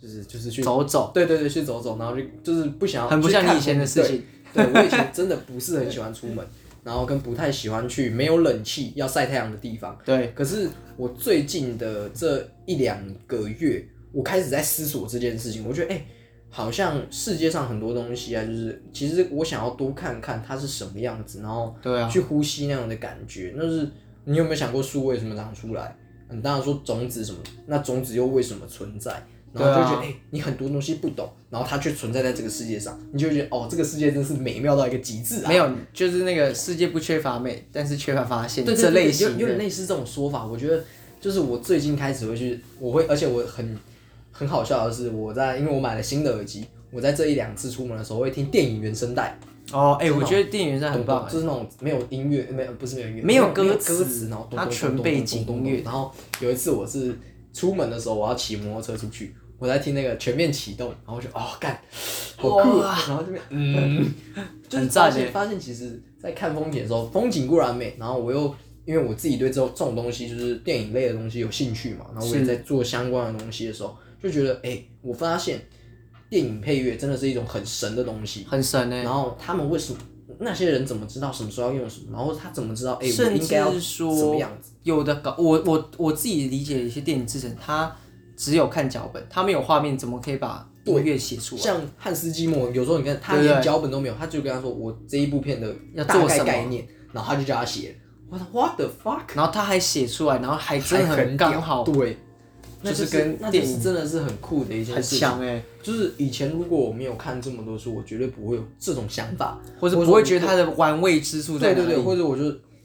B: 就是就是去
A: 走走，
B: 对对对，去走走，然后就就是不想要
A: 很不
B: 去
A: 像
B: 看
A: 你以前的事情。
B: 对，对我以 前真的不是很喜欢出门，然后跟不太喜欢去没有冷气要晒太阳的地方。
A: 对，
B: 可是我最近的这一两个月，我开始在思索这件事情。我觉得，哎、好像世界上很多东西啊，就是其实我想要多看看它是什么样子，然后
A: 对啊，
B: 去呼吸那样的感觉。那是你有没有想过树为什么长出来？啊你当然说种子什么，那种子又为什么存在？然后就觉得，哎、你很多东西不懂，然后它却存在在这个世界上，你就会觉得，哦，这个世界真是美妙到一个极致啊！
A: 没有，就是那个世界不缺乏美，但是缺乏发现
B: 对对
A: 这
B: 对
A: 类
B: 对
A: 型
B: 有有点
A: 的。
B: 类似这种说法。我觉得就是我最近开始会去，我会，而且我很很好笑的是，我在因为我买了新的耳机，我在这一两次出门的时候会听电影原声带，
A: 哦，哎，我觉得电影原声很棒，欸
B: 就是那种没有音乐，没有不是没有音乐，
A: 没有歌
B: 歌
A: 词
B: 词，然后咚
A: 它
B: 咚咚
A: 纯
B: 咚
A: 背
B: 咚
A: 景
B: 咚
A: 音
B: 咚
A: 乐
B: 然后有一次我是出门的时候，我要骑摩托车出去。我在听那个全面启动，然后我就哦干，好酷啊！然后这边嗯，就是
A: 很赞欸
B: 发
A: 耶
B: 现发现，其实，在看风景的时候，风景固然美，然后我又因为我自己对这种这种东西，就是电影类的东西有兴趣嘛，然后我也在做相关的东西的时候，就觉得哎、我发现电影配乐真的是一种很神的东西。
A: 很神欸呢。
B: 然后他们为什么那些人怎么知道什么时候要用什么？然后他怎么知道哎、我
A: 甚
B: 应该要
A: 至
B: 怎么
A: 说
B: 样？
A: 有的搞我我我自己理解的一些电影制成，他只有看脚本，他没有画面，怎么可以把音乐写出来？
B: 像汉斯季默，有时候你看他
A: 对对
B: 连脚本都没有，他就跟他说我这一部片的
A: 要做
B: 大
A: 什
B: 概
A: 么
B: 概念，然后他就叫他写。我说 What the fuck？
A: 然后他还写出来，然后还真的
B: 还
A: 很
B: 屌
A: 刚好，
B: 对，那
A: 就是
B: 是
A: 跟
B: 那就
A: 电
B: 是
A: 影
B: 真的是很欸酷的一件
A: 很
B: 事情。
A: 强哎，
B: 就是以前如果我没有看这么多书，我绝对不会有这种想法，
A: 啊或者不会觉得他的玩味之处在
B: 对
A: 哪
B: 对对，
A: 里？
B: 或者我就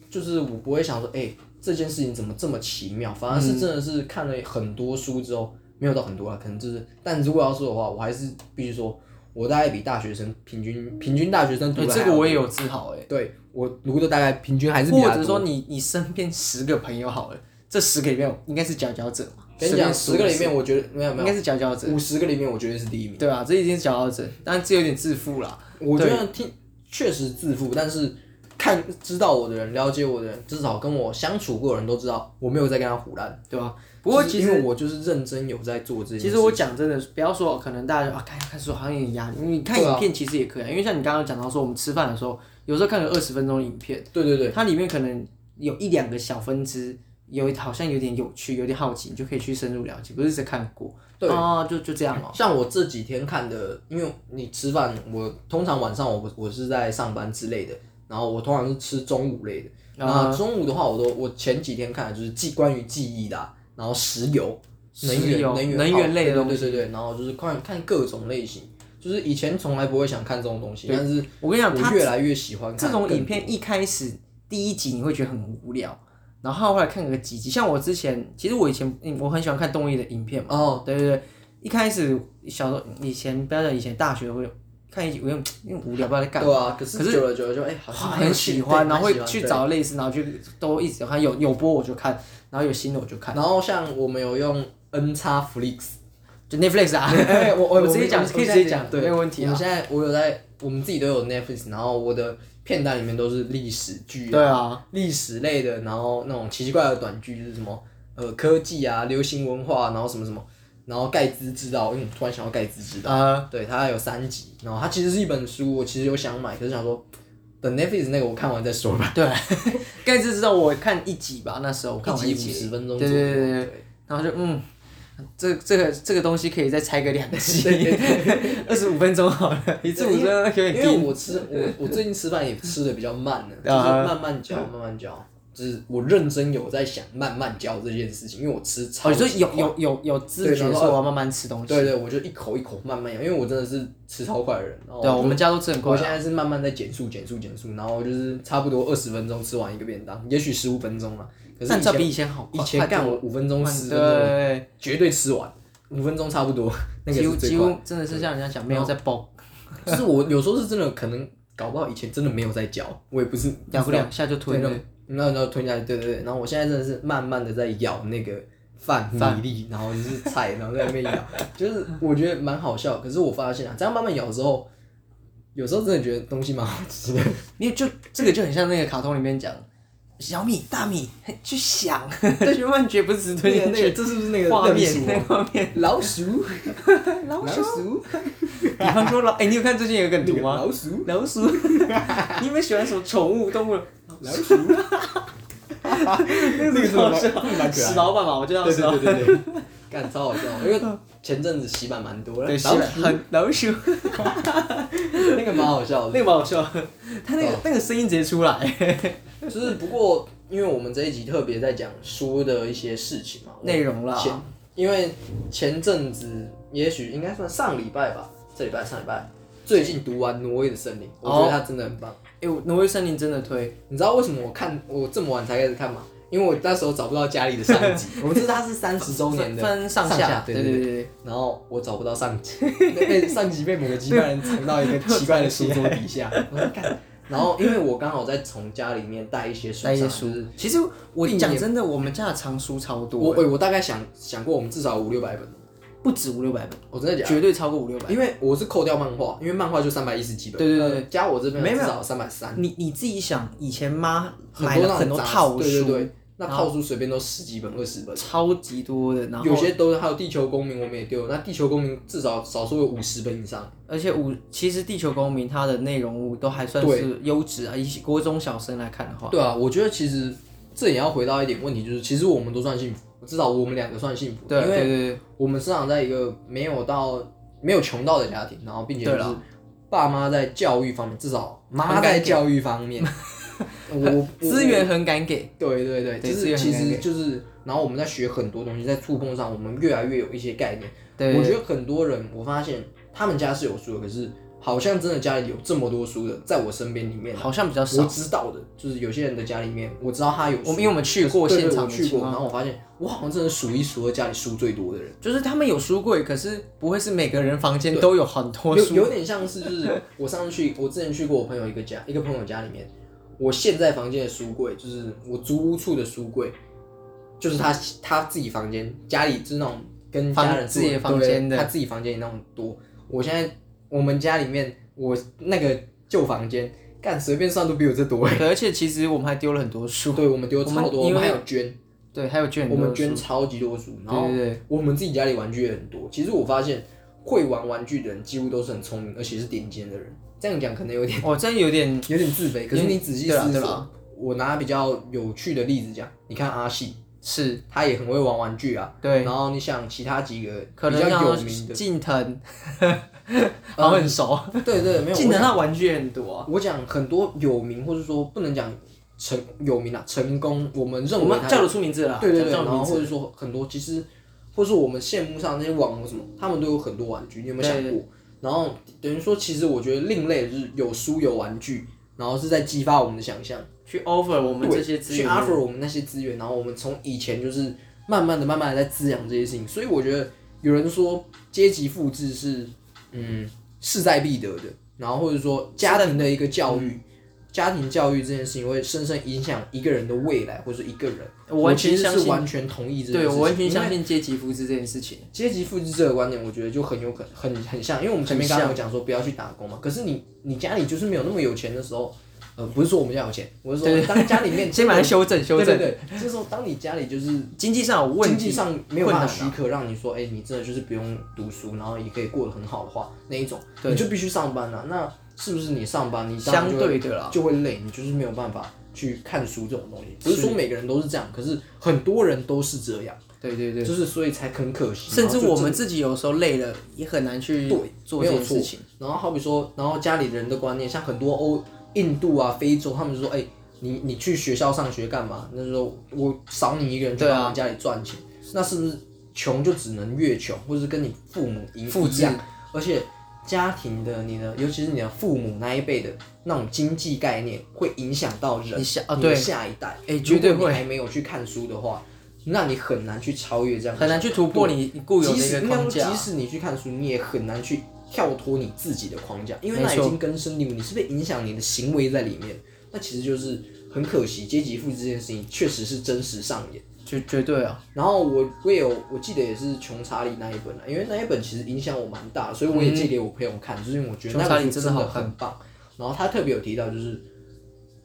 B: 就是我不会想说，哎、这件事情怎么这么奇妙？反而是真的是看了很多书之后，没有到很多啊，可能就是，但如果要说的话，我还是必须说，我大概比大学生平均平均大学生读
A: 哎
B: 的、
A: 这个我也有自豪哎。
B: 欸对我读的大概平均还是比
A: 或
B: 他
A: 者
B: 多
A: 说你你身边十个朋友好了，这十个里面应该是佼佼者嘛？
B: 跟你讲，
A: 随
B: 十
A: 便
B: 个
A: 数
B: 里面我觉得没有没
A: 应该是佼佼者，
B: 有，五十个里面我觉得是第一名。
A: 对啊，这已经是佼佼者，但这有点自负啦。
B: 我觉得听确实自负，但是看知道我的人、了解我的人，至少跟我相处过的人都知道，我没有在跟他胡乱。
A: 对吧、不过
B: 就是
A: 其
B: 因为
A: 实
B: 我就是认真有在做这件事。
A: 其实我讲真的，不要说可能大家就啊看看书好像有点压力，你看
B: 对啊
A: 影片其实也可以、啊，因为像你刚刚讲到说我们吃饭的时候，有时候看个二十分钟的影片，
B: 对对对，
A: 它里面可能有一两个小分支。有好像有点有趣，有点好奇，你就可以去深入了解，不是只看过，
B: 对
A: 啊，就就这样哦、
B: 像我这几天看的，因为你吃饭，我通常晚上我我是在上班之类的，然后我通常是吃中午类的。
A: 啊
B: 那中午的话，我都我前几天看的就是记关于记忆的啊、然后石油、能
A: 石
B: 源、
A: 油
B: 能源、
A: 能源类的
B: 对对对对对，然后就是看看各种类型，就是以前从来不会想看这种东西，但是
A: 我跟你讲，它
B: 我越来越喜欢看
A: 这种
B: 更
A: 影片一开始第一集你会觉得很无聊，然后后来看个几集，像我之前，其实我以前嗯我很喜欢看综艺的影片嘛，
B: 哦，
A: 对对对，一开始小时候以前不要讲以前大学会看一集，我用因为无聊不知道在干嘛。
B: 对啊，可是久了久了就哎，好像蛮有
A: 很
B: 趣
A: 喜
B: 的
A: 欢，
B: 对
A: 然后
B: 蛮
A: 会
B: 喜欢
A: 去
B: 对
A: 找类似，然后就都一直有看，有有播我就看，然后有新的我就看，
B: 然后像我们有用 N 叉 Flix，
A: 就 Netflix 啊，
B: 哎我我
A: 我直接
B: 们
A: 讲
B: 我们
A: 可以
B: 现在
A: 直接讲
B: 对，
A: 没有问题啊
B: 我们现在我有在，我们自己都有 Netflix，然后我的片单里面都是历史剧、
A: 对啊，
B: 历史类的，然后那种奇奇怪怪的短剧，就是什么呃科技啊、流行文化，然后什么什么，然后盖茨知道，因为我突然想到盖茨知道，
A: 呃，
B: 对，它有三集，然后它其实是一本书，我其实有想买，可是想说等 Netflix 那个我看完再说吧，
A: 对， 盖茨知道我看一集吧，那时候我看完
B: 一
A: 集
B: 集五十分钟
A: 对
B: 左右，
A: 对对对，然后就嗯，这这个这个东西可以再拆个两集， 二十五分钟好了，一次五分钟有点
B: 因为
A: 低。
B: 我吃我我最近吃饭也吃的比较慢了，就是
A: 啊
B: 慢慢嚼，慢慢嚼，就是我认真有在想慢慢嚼这件事情，因为我吃超
A: 哦，
B: 级
A: 你说
B: 快。
A: 有有有有知觉
B: 对然
A: 说
B: 后
A: 我要慢慢吃东西。
B: 对对，我就一口一口慢慢咬，因为我真的是吃超快的人。然后
A: 对啊，
B: 就
A: 我们家都吃很
B: 我
A: 快
B: 现
A: 啊。
B: 在是慢慢在减速、减速、减速，然后就是差不多二十分钟吃完一个便当，也许十五分钟了。啊可
A: 但
B: 是
A: 这
B: 以
A: 比以
B: 前
A: 前好哦快，
B: 以前干我五分钟、十分钟
A: 对，
B: 绝对吃完，五分钟差不多。那个
A: 几乎
B: 是
A: 几
B: 最快
A: 乎真的是像人家讲没
B: 哦
A: 有在爆，
B: 的，就是我有时候是真的可能搞不好以前真的没有在嚼，我也不是
A: 咬不两下就
B: 对
A: 吞
B: 那
A: 了
B: 种。，那那吞下去，对对对。然后我现在真的是慢慢的在咬那个饭米粒，然后就是菜， 然后在那边咬，就是我觉得蛮好笑。可是我发现啊，这样慢慢咬之后，有时候真的觉得东西蛮好吃 的。
A: 因为就这个就很像那个卡通里面讲，小米大米去想， 但是慢觉不是直吞
B: 对
A: 进
B: 那个
A: 去。
B: 这是不是那个
A: 画面
B: 认，
A: 那
B: 识
A: 个画面，
B: 我老 鼠？
A: 老鼠。
B: 鼠？
A: 比方说老，哎，你有看最近有一个梗图吗？
B: 老鼠？
A: 老鼠。 你有没有喜欢什么宠物动物？
B: 老 鼠？
A: 那
B: 个真的蛮蛮可爱的
A: 史老板嘛，我就叫
B: 啊对
A: 史老
B: 对
A: 板。
B: 对对 对，干超好笑。因为前阵子洗版蛮多的，
A: 对，
B: 老
A: 西
B: 鼠
A: 很老鼠，
B: 那个蛮好笑的。
A: 那个蛮好笑的，他那
B: 哦
A: 个那个声音直接出来，
B: 就是不过，因为我们这一集特别在讲书的一些事情嘛，我
A: 内容啦。
B: 哦前因为前阵子，也许应该算上礼拜吧，这礼拜上礼拜，最近读完《挪威的森林》，我觉
A: 哦
B: 得它真的很棒。
A: 哎，我挪威森林真的推，
B: 你知道为什么我看我这么晚才开始看吗？因为我那时候找不到家里的上集， 我知道它是三十周年的
A: 分上
B: 下，
A: 对
B: 对
A: 对
B: 对。
A: 对。
B: 然后我找不到上集， 被被上集被某个击败人藏到一个奇怪的书桌底下，我说干。然后因为我刚好在从家里面带一些书上
A: 带
B: 来，
A: 一些
B: 就
A: 书
B: 是。
A: 其实我讲真的，我们家的藏书超
B: 我欸
A: 多，
B: 我我大概想想过，我们至少有五六百本。
A: 不止五六百本，
B: 我真的假
A: 绝对超过五六百。
B: 的？因为我是扣掉漫画，因为漫画就三百一十几本。
A: 对对对
B: 呃加我这边
A: 没有
B: 至少三百三，
A: 你你自己想，以前妈买
B: 很多
A: 了
B: 那
A: 很多
B: 种杂志
A: 套书，
B: 对对对，那
A: 然
B: 套书随便都十几本、二十本，
A: 超级多的，然后
B: 有些都是还有《地球公民》，我们也丢。那《地球公民》至少少说有五十本以上。
A: 而且五其实《地球公民》它的内容物都还算是优质啊，以国中小生来看的话，
B: 对啊，我觉得其实这也要回到一点问题，就是其实我们都算幸福，至少我们两个算幸福，
A: 对
B: 因
A: 对
B: 为
A: 对对，
B: 我们生长在一个没有到没有穷到的家庭，然后并且就
A: 对
B: 是
A: 啦
B: 爸妈在教育方面，至少
A: 很
B: 妈
A: 敢
B: 在
A: 给
B: 教育方面，我我
A: 资源很敢给，
B: 对对对，
A: 对
B: 就
A: 资
B: 是
A: 源很
B: 其
A: 敢
B: 实就是，然后我们在学很多东西，在触碰上，我们越来越有一些概念。
A: 对
B: 我觉得很多人，我发现他们家是有书的，可是好像真的家里有这么多书的，在我身边里面，
A: 好像比较少。
B: 我知道的，就是有些人的家里面，我知道他有
A: 我
B: 书
A: 们因为我们去过
B: 对
A: 现
B: 对
A: 场
B: 我
A: 的
B: 去
A: 情
B: 过，
A: 况
B: 然后我发现我好像真的数一数二家里书最多的人。
A: 就是他们有书柜，可是不会是每个人房间都有很多
B: 有
A: 书。
B: 有点像是就是我上次去，我之前去过我朋友一个家，一个朋友家里面，我现在房间的书柜就是我租屋处的书柜，就是他他自己房间家里就是那种跟家人
A: 房自己的
B: 住
A: 房间的
B: 对他自己房间里那种多。我现在我们家里面我那个旧房间，干随便算都比我这多。
A: 对，而且其实我们还丢了很多书，
B: 对，我们丢超
A: 我
B: 多，
A: 们
B: 我
A: 因为
B: 们还有捐，
A: 对，还有卷
B: 我
A: 很多
B: 们
A: 的书
B: 捐超级多书，然后
A: 对对对，
B: 我们自己家里玩具也很多。其实我发现，会玩玩具的人几乎都是很聪明，而且是顶尖的人。这样讲可能有点
A: 我哦真有点
B: 有点自卑，可是你仔细
A: 对啦
B: 思
A: 对
B: 索
A: 啦，
B: 我拿比较有趣的例子讲，你看阿细，
A: 是
B: 他也很会玩玩具啊。
A: 对，
B: 然后你想其他几个
A: 可
B: 比
A: 能
B: 较有
A: 像
B: 名的，
A: 近 藤，好像很熟，
B: 对对， 没有。
A: 近藤
B: 我讲
A: 他玩具也很多啊。
B: 我讲很多有名，或者说不能讲成有名啊，成功，我们认
A: 我
B: 为
A: 们
B: 他
A: 叫得出名字了啦，
B: 对对对，
A: 叫
B: 然
A: 得出
B: 后
A: 名
B: 或
A: 字。
B: 者说很多其实，或者说我们羡慕上那些网红什么，他们都有很多玩具，你有没有想
A: 对
B: 过？然后等于说，其实我觉得另类的就是有书有玩具，然后是在激发我们的想象，
A: 去 offer 我们
B: 对
A: 这些资
B: 去
A: 源，
B: offer 我们那些资源，然后我们从以前就是慢慢的、慢慢的在滋养这些事情，所以我觉得有人说阶级复制是嗯势在必得的，然后或者说家庭的一个教
A: 嗯
B: 育。家庭教育这件事情会深深影响一个人的未来，或者是一个人。
A: 我完全
B: 其实
A: 相
B: 是
A: 信，
B: 完全同意这件
A: 对
B: 事情
A: 我完全
B: 因为
A: 相信阶级复制这件事情。
B: 阶级复制这个观点，我觉得就很有可很很像，因为我们前面
A: 很像
B: 刚刚有讲说不要去打工嘛，可是你你家里就是没有那么有钱的时候，呃，不是说我们家有钱，我是
A: 对
B: 说当家 里面
A: 先把它修正修
B: 对
A: 正，
B: 对对，这时候当你家里就是
A: 经济上有问
B: 经济
A: 题，
B: 上没有办法
A: 困啊
B: 许可让你说，哎、你真的就是不用读书，然后也可以过得很好的话，那一种
A: 对
B: 你就必须上班了、那是不是你上班你当然
A: 相
B: 就会
A: 对的啦，
B: 就会累，你就是没有办法去看书这种东西。不是
A: 是
B: 说每个人都是这样，可是很多人都是这样。
A: 对对对，
B: 就是所以才很可惜。
A: 甚至
B: 然后就
A: 我们自己有时候累了，也很难去做
B: 没
A: 这
B: 有
A: 件
B: 错
A: 事情。。
B: 然后好比说，然后家里人的观念，像很多欧、印度啊、非洲，他们就说：“哎、你你去学校上学干嘛？”那时候我少你一个人去
A: 对啊
B: 帮你家里赚钱，那是不是穷就只能越穷，或者是跟你父母一
A: 复
B: 一样？而且家庭的你的，尤其是你的父母那一辈的那种经济概念，会影响到人，
A: 你下啊
B: 你
A: 对
B: 的下一代。
A: 哎绝对
B: 如果你还没有去看书的话，那你很难去超越这样的
A: 很难去突破你你固有的
B: 即
A: 一
B: 使
A: 个
B: 应该
A: 框
B: 说
A: 架
B: 即。使你去看书，你也很难去跳脱你自己的框架，因为
A: 没
B: 那已
A: 错
B: 经根深蒂固，你是被影响你的行为在里面。那其实就是很可惜，阶级复制这件事情确实是真实上演。
A: 绝绝对啊，
B: 然后我我也有，我记得也是《穷查理》那一本啊，因为那一本其实影响我蛮大，所以我也借给我朋友看，就是因为我觉得那
A: 嗯穷查
B: 本
A: 理
B: 书
A: 真
B: 真
A: 的
B: 的
A: 好
B: 很棒。然后他特别有提到，就是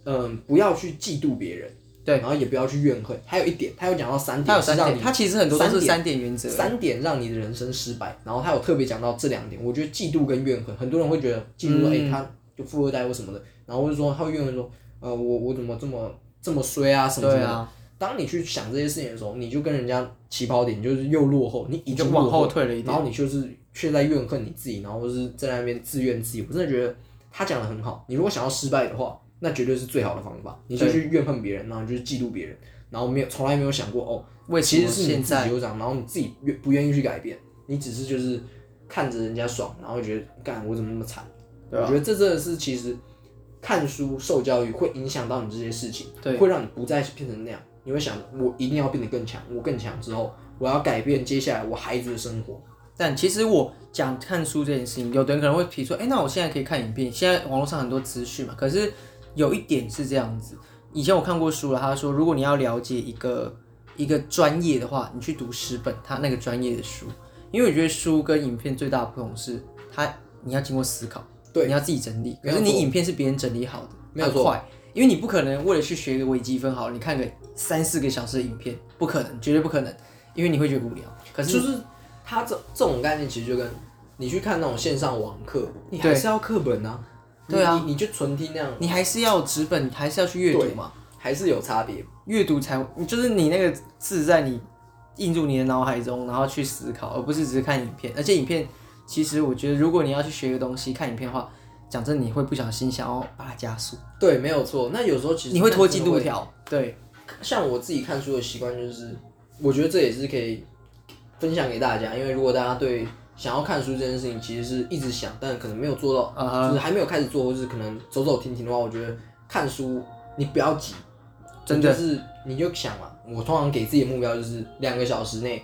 B: 嗯，不要去嫉妒别人，
A: 对
B: 然后也不要去怨恨。还有一点，他有讲到哦三点，
A: 它有三
B: 是让
A: 点，
B: 你
A: 它其实很多都
B: 三
A: 是
B: 点
A: 三点原则。
B: 三点让你的人生失败，然后他有特别讲到这两点，我觉得嫉妒跟怨恨，很多人会觉得嫉妒说，哎、
A: 嗯
B: 他就富二代或什么的，然后或者说他会怨恨说，呃，我我怎么这么这么衰啊什么什
A: 对
B: 么的。
A: 啊，
B: 当你去想这些事情的时候，你就跟人家起跑点，你就是又落后，你已
A: 就
B: 经
A: 往
B: 落
A: 后退了一点
B: 然后你就是却在怨恨你自己，然后或是在那边自怨自艾。我真的觉得他讲的很好，你如果想要失败的话，那绝对是最好的方法，你就去怨恨别人，然后你就是嫉妒别人，然后没有从来没有想过哦。
A: 为什
B: 其
A: 么
B: 实是你
A: 现
B: 自己
A: 在
B: 有长，然后你自己愿不愿意去改变，你只是就是看着人家爽，然后觉得干我怎么那么惨？
A: 对啊
B: 我觉得这真的是其实看书受教育会影响到你这些事情，
A: 对
B: 会让你不再变成那样。你会想，我一定要变得更强，我更强之后，我要改变接下来我孩子的生活。
A: 但其实我讲看书这件事情，有的人可能会提出，哎、那我现在可以看影片，现在网络上很多资讯嘛。可是有一点是这样子，以前我看过书了，他说如果你要了解一个一个专业的话，你去读十本他那个专业的书，因为我觉得书跟影片最大的不同是，它你要经过思考，
B: 对
A: 你要自己整理。
B: 没
A: 可
B: 有
A: 是
B: 错
A: 你影片是别人整理好的，
B: 没有
A: 它
B: 错
A: 快，因为你不可能为了去学一个微积分好了，你看个三四个小时的影片，不可能，绝对不可能，因为你会觉得无聊。可是
B: 就是它这这种概念，其实就跟你去看那种线上网课，你还
A: 对
B: 是要课本啊。你
A: 对啊
B: 你你就纯听那样，啊
A: 你还是要纸本，还是要去阅读嘛？
B: 还是有差别。
A: 阅读才就是你那个字在你印入你的脑海中，然后去思考，而不是只是看影片。而且影片其实我觉得，如果你要去学一个东西，看影片的话，讲真，你会不小心想要把它加速，
B: 对，没有错。那有时候其实
A: 你会拖
B: 真
A: 进
B: 的
A: 度条。对，
B: 像我自己看书的习惯就是，我觉得这也是可以分享给大家，因为如果大家对想要看书这件事情，其实是一直想，但可能没有做到
A: 啊哈
B: 就是还没有开始做，或是可能走走停停的话，我觉得看书你不要急，
A: 真的
B: 就是你就想嘛，我通常给自己的目标就是两个小时内，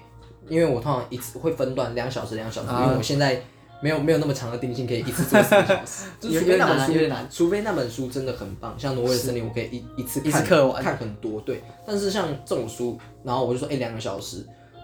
B: 因为我通常一次会分段两小时两小时，
A: 啊
B: 因为我现在。没有没有那么长的定性，可以一次做四个小时，就是
A: 有
B: 除非那
A: 有点难啊有
B: 本书
A: 点难，
B: 除非那本书真的很棒，像《挪威的森林》，我可以一一次
A: 一次
B: 看
A: 看完
B: 看很多，对。但是像这种书，然后我就说，哎、两个小时，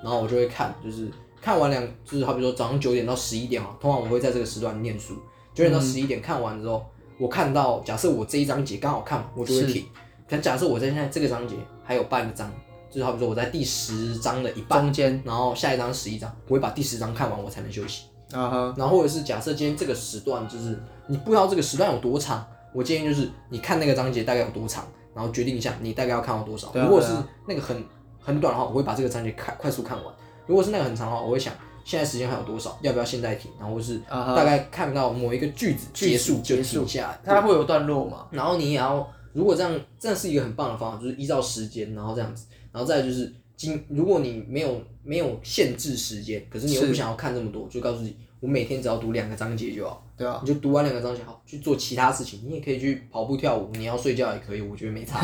B: 然后我就会看，就是看完两，就是好比说早上九点到十一点啊，通常我会在这个时段念书，九点到十一点看完之后，我看到假设我这一章节刚好看完，我就会停。可能假设我在现在这个章节还有半个章，就是好比说我在第十章的一半，
A: 中间
B: 然后下一章十一章，我会把第十章看完，我才能休息。
A: 啊哈，
B: 然后或者是假设今天这个时段就是你不知道这个时段有多长，我建议就是你看那个章节大概有多长，然后决定一下你大概要看到多少。
A: 对啊
B: 如果
A: 对
B: 是
A: 啊
B: 那个很很短的话，我会把这个章节看快速看完；如果是那个很长的话，我会想现在时间还有多少，要不要现在停，然后或是
A: 啊哈
B: 大概看到某一个句子
A: 句子
B: 结束就
A: 结束
B: 停下来。
A: 它会有段落嘛？
B: 然后你也要，如果这样，这是一个很棒的方法，就是依照时间，然后这样子，然后再来就是今，如果你没有没有限制时间，可是你又
A: 是
B: 不想要看这么多，就告诉自己，我每天只要读两个章节就好，
A: 对啊，
B: 你就读完两个章节好，去做其他事情，你也可以去跑步、跳舞，你要睡觉也可以，我觉得 没差。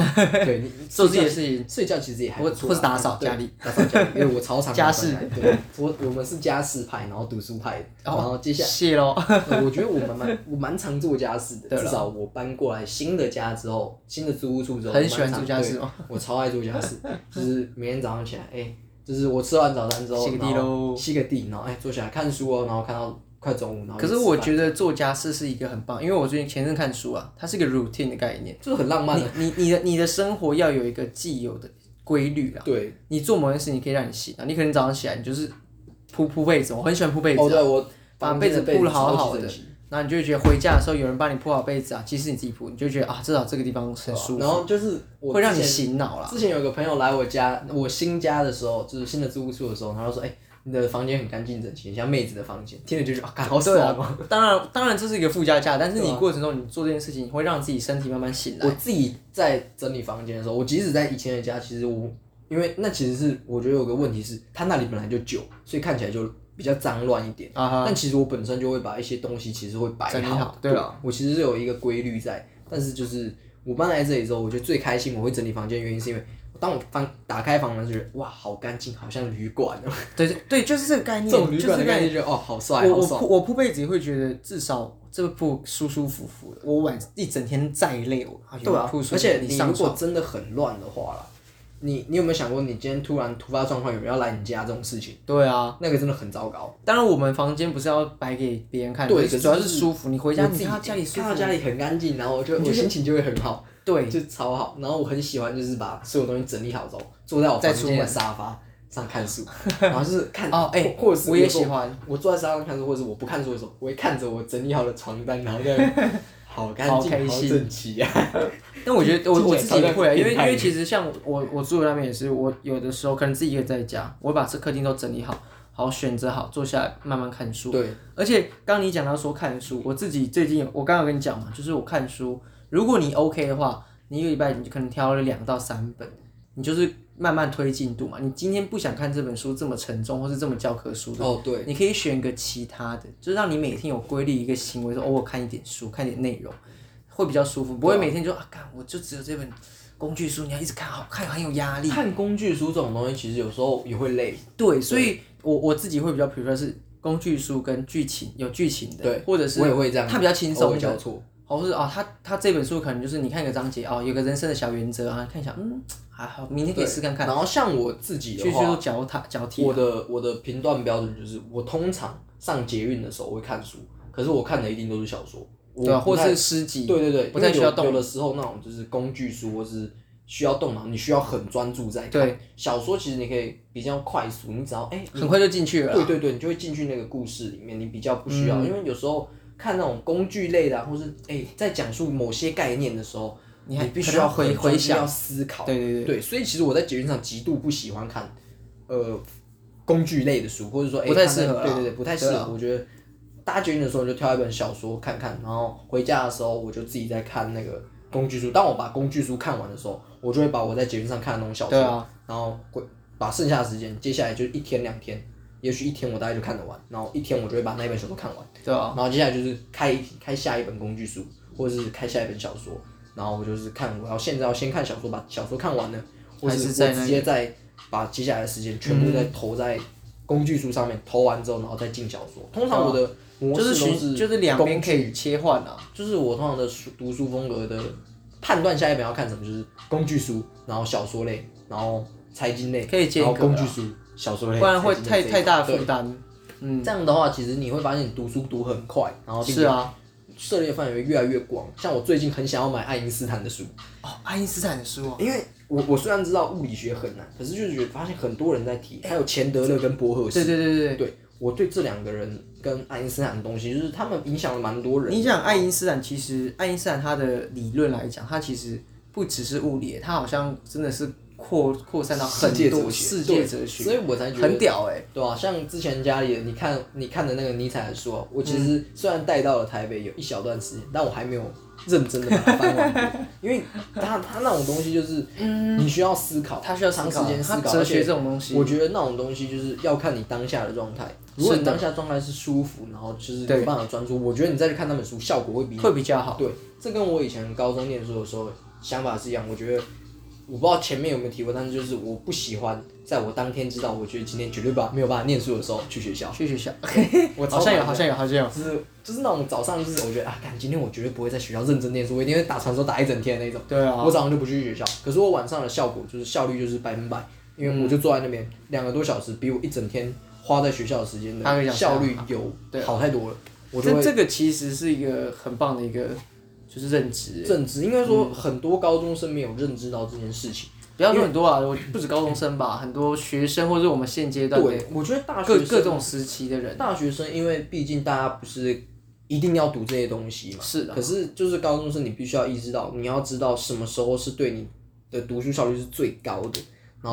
B: 对，你
A: 做自己的
B: 睡觉
A: 事情，
B: 睡觉其实也还不
A: 或
B: 错啊，
A: 或是打扫
B: 对
A: 家里，
B: 打扫家里，因为我超常
A: 家
B: 打扫
A: 事哦
B: 里对，我我们是家事派，然后读书派的，然后接下来。
A: 谢喽。
B: 呃我觉得我蛮蛮我蛮常做家事的，
A: 对啦
B: 至少我搬过来新的家之后，新的租屋处之后，
A: 很喜欢
B: 我蛮常
A: 做家事
B: 对
A: 哦
B: 我超爱做家事，就是每天早上起来，哎、就是我吃完早餐之后，
A: 洗个地
B: 然后
A: 喽
B: 洗个地，然后哎、坐下来看书哦，然后看到快中午，然后
A: 可
B: 就吃
A: 是我
B: 饭
A: 觉得做家事是一个很棒，因为我最近前阵看书啊，它是一个 routine 的概念。
B: 就是很浪漫的，
A: 你你的你的生活要有一个既有的规律啦。
B: 对，
A: 你做某件事，你可以让你醒啊。你可能早上起来，你就是铺铺被子，我很喜欢铺被子。啊
B: 哦对，我
A: 把
B: 房
A: 被
B: 间
A: 子
B: 的被
A: 铺得好
B: 超级
A: 好
B: 整
A: 的
B: 齐
A: 然后你就会觉得回家的时候有人帮你铺好被子啊，即使你自己铺，你就会觉得啊，至少这个地方很舒服，
B: 然后就是啊我
A: 会让
B: 之
A: 你
B: 前
A: 醒脑啦。
B: 之前有个朋友来我家，我新家的时候，就是新的租屋处的时候，他就说：“哎、你的房间很干净整齐，像妹子的房间。”听着就觉得啊，干好爽
A: 对
B: 啊！
A: 啊，当然，当然这是一个附加价，但是你过程中你做这件事情，你会让自己身体慢慢醒来。
B: 我自己在整理房间的时候，我即使在以前的家，其实我因为那其实是我觉得有个问题是，它那里本来就旧，所以看起来就比较脏乱一点。
A: 啊哈
B: 但其实我本身就会把一些东西其实会摆
A: 整理
B: 好，
A: 好对啊，
B: 我其实是有一个规律在。但是就是我搬来这里之后，我觉得最开心，我会整理房间，的原因是因为当我翻打开房门就觉得哇，好干净，好像旅馆哦。
A: 啊对对对，就是这个概念，
B: 这种旅
A: 就是
B: 馆
A: 这
B: 的
A: 个
B: 概
A: 概
B: 念，
A: 念。
B: 觉得哦，好帅，
A: 我
B: 好
A: 我
B: 爽。
A: 铺我铺被子也会觉得至少这个铺舒舒服服的，我晚一整天再累，我啊有铺舒服
B: 而且
A: 你
B: 你
A: 上
B: 如
A: 床
B: 果真的很乱的话啦，你你有没有想过，你今天突然突发状况，有人要来你家这种事情，
A: 对啊，
B: 那个真的很糟糕。
A: 当然我们房间不是要摆给别人看，
B: 对
A: 可是
B: 可是
A: 主要是
B: 就是
A: 舒服。你回家
B: 我
A: 你
B: 自己
A: 看到家里舒
B: 看到
A: 服，
B: 家里很干净，然后我就
A: 你
B: 我
A: 就是
B: 心情就会很好，
A: 对，
B: 就超好。然后我很喜欢就是把所有东西整理好之后，坐在我
A: 再
B: 房
A: 出
B: 间的
A: 门
B: 沙发上看 书，然后就是看
A: 哦哎
B: 或或者是
A: 我也
B: 如果
A: 喜欢。
B: 我坐在沙发上看书，或者是我不看书的时候，我会看着我整理好的床单，然后在那 边好干
A: 好
B: 净，
A: 开
B: 好
A: 心
B: 整齐啊。
A: 但我觉得我
B: 听起来
A: 我自己不会啊，
B: 超像
A: 因为
B: 变
A: 因
B: 态
A: 为其实像我我住的那边也是，我有的时候可能自己一个人在家，我会把这客厅都整理好，好选择好，坐下来慢慢看书。
B: 对，
A: 而且刚你讲到说看书，我自己最近有我刚刚有跟你讲嘛，就是我看书，如果你 OK 的话，你一个礼拜你就可能挑了两到三本，你就是慢慢推进度嘛。你今天不想看这本书这么沉重或是这么教科书的，
B: 哦对。
A: 你可以选个其他的，就是让你每天有规律一个行为，说偶尔看一点书，看一点内容，会比较舒服，不会每天就啊，干我就只有这本工具书，你要一直看，好看很有压力。
B: 看工具书这种东西，其实有时候也会累。
A: 对，所以我我自己会比较 prefer 是工具书跟剧情有剧情的，
B: 对，
A: 或者是
B: 我也会这样，
A: 它比较轻松
B: 偶尔
A: 的
B: 交错。
A: 哦，或是哦，他他这本书可能就是你看一个章节哦，有个人生的小原则啊，看一下，嗯，还好，明天可以试看看，
B: 然后像我自己
A: 去
B: 的
A: 去做
B: 话，
A: 脚踏脚踢。
B: 我的我的评断标准就是，我通常上捷运的时候会看书，可是我看的一定都是小说，我
A: 对啊，
B: 不
A: 或
B: 太
A: 是诗集，
B: 对对对，
A: 不太
B: 因为
A: 需要动
B: 有有的时候那种就是工具书或是需要动脑，你需要很专注在看。
A: 对，
B: 小说其实你可以比较快速，你只要哎、
A: 很快就进去了啦。
B: 对对对，你就会进去那个故事里面，你比较不需要，
A: 嗯
B: 因为有时候看那种工具类的、啊，或是哎、在讲述某些概念的时候，
A: 你
B: 你
A: 还
B: 必
A: 可
B: 须
A: 能
B: 要
A: 要回
B: 很专
A: 回
B: 注
A: 想
B: 要思考。
A: 对对
B: 对所以其实我在捷运上极度不喜欢看呃工具类的书，或者说、哎
A: 不太
B: 看
A: 适合
B: 那
A: 啦
B: 对对对，不太适
A: 对啊
B: 合。我觉得搭捷运的时候你就挑一本小说看看，然后回家的时候我就自己在看那个工具书。当我把工具书看完的时候，我就会把我在捷运上看的那种小说，
A: 对啊
B: 然后会把剩下的时间，接下来就一天两天，也许一天我大概就看得完，然后一天我就会把那一本小说看完，
A: 对啊，
B: 然后接下来就是开一开下一本工具书，或者是开下一本小说，然后我就是看我要现在要先看小说，把小说看完了，或
A: 还
B: 者
A: 是
B: 我
A: 在那嗯
B: 直接再把接下来的时间全部再投在工具书上面，投完之后然后再进小说。通常我的模
A: 哦就
B: 式
A: 是
B: 都
A: 循就是两边可以切换啊。
B: 就是我通常的书读书风格的判断，下一本要看什么，就是工具书，然后小说类，然后财经类，
A: 可以间
B: 然后
A: 隔啦啊
B: 工具书、小哦说类，
A: 不然会
B: 财经
A: 太
B: 类
A: 太大
B: 这一
A: 负担。嗯，
B: 种。这样的话，其实你会发现你读书读很快，然后并
A: 是
B: 且
A: 啊，
B: 涉猎范围越来越广。像我最近很想要买爱因斯坦的书，
A: 哦，爱因斯坦的书哦，
B: 因为我我虽然知道物理学很难，可是就是觉得发现很多人在提，还有钱德勒跟伯赫
A: 对
B: 斯，
A: 对对对
B: 对我对这两个人跟爱因斯坦的东西，就是他们影响了蛮多
A: 对。
B: 人。
A: 你想爱因斯坦，其实爱因斯坦他的理论来讲，他其实不只是物理，他好像真的是扩扩散到很
B: 世界哲
A: 多
B: 学
A: 世
B: 对
A: 界哲学，
B: 所以我才觉得
A: 很屌哎。
B: 对啊，像之前家里的你看你看的那个尼采的书啊，我其
A: 嗯
B: 实虽然带到了台北有一小段时间，但我还没有认真的把它翻完 过，因为他他那种东西就是，你需要思考，
A: 嗯他需要思
B: 长
A: 考
B: 时间思
A: 他
B: 考，
A: 哲
B: 而
A: 学
B: 且
A: 这种东西
B: 我觉得那种东西就是要看你当下的状态。如果你当下状态是舒服，然后就是有办法专注，我觉得你再去看那本书，效果会比
A: 会比较好。
B: 对，这跟我以前高中念书的时候想法是一样。我觉得我不知道前面有没有提过，但是就是我不喜欢在我当天知道，我觉得今天绝对把没有办法念书的时候去学校。
A: 去学 校，
B: 我超
A: 好像有，
B: 讨厌
A: 好像有，好像有。
B: 就是就是那种早上就是我觉得啊，干今天我绝对不会在学校认真念书，我一定会打传说打一整天的那种。
A: 对啊
B: 我早上就不去学校，可是我晚上的效果就是效率就是百分百，因为我
A: 嗯
B: 就坐在那边两个多小时，比我一整天花在学校的时间
A: 八个
B: 的
A: 小时啊
B: 效率有
A: 对
B: 好太多了。我就
A: 这这个其实是一个很棒的一个就是认知，
B: 正直，应该
A: 嗯
B: 说很多高中生没有认知到这件事情。
A: 不要说很多啊，我不止高中生吧，很多学生或者我们现阶段的
B: 对，我觉得大
A: 各
B: 学
A: 各
B: 生
A: 种时期的人。
B: 大学生，因为毕竟大家不是一定要读这些东西嘛。
A: 是的
B: 可是就是高中生，你必须要意识到，你要知道什么时候是对你的读书效率是最高的，然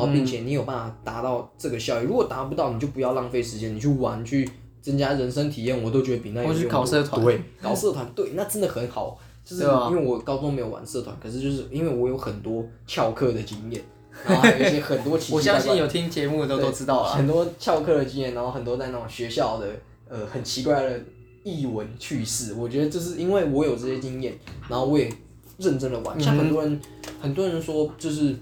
A: 嗯
B: 后并且你有办法达到这个效益。如果达不到，你就不要浪费时间，你去玩去增加人生体验，我都觉得比那
A: 或
B: 有
A: 是
B: 用
A: 搞社团
B: 对，搞社团对，那真的很好。就是
A: 对啊
B: 因为我高中没有玩社团，可是就是因为我有很多翘课的经验，然后还有一些很多奇奇
A: 我
B: 怪
A: 相
B: 怪
A: 信有听节目的都
B: 对
A: 都知道啊了。
B: 很多翘课的经验，然后很多在那种学校的呃很奇怪的译文趣事，我觉得就是因为我有这些经验，然后我也认真的玩。像很多
A: 嗯
B: 人，很多人说就是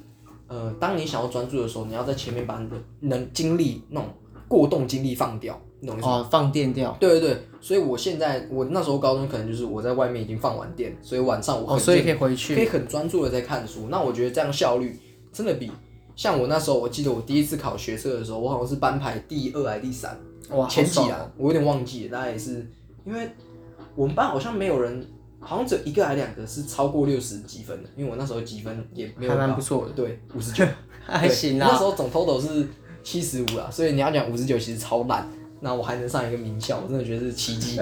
B: 呃，当你想要专注的时候，你要在前面把你的能精力那种过动精力放掉，你懂我意思吗？
A: 哦，放电掉。
B: 对对对，所以我现在我那时候高中可能就是我在外面已经放完电，所以晚上我
A: 哦，
B: 很
A: 所以可以回去。
B: 可以很专注的在看书。那我觉得这样效率真的比像我那时候，我记得我第一次考学测的时候，我好像是班排第二还是第三，
A: 哇，
B: 前几
A: 好爽哦
B: 啊，我有点忘记了，大概也是因为我们班好像没有人，好像只有一个还两个是超过六十积分的，因为我那时候积分也没有
A: 还蛮
B: 高
A: 不错的，
B: 对，五十九
A: 还行啊
B: 那
A: 啦。
B: 时候总 total 是七十五啦，所以你要讲五十九其实超烂。那我还能上一个名校，我真的觉得是 奇迹。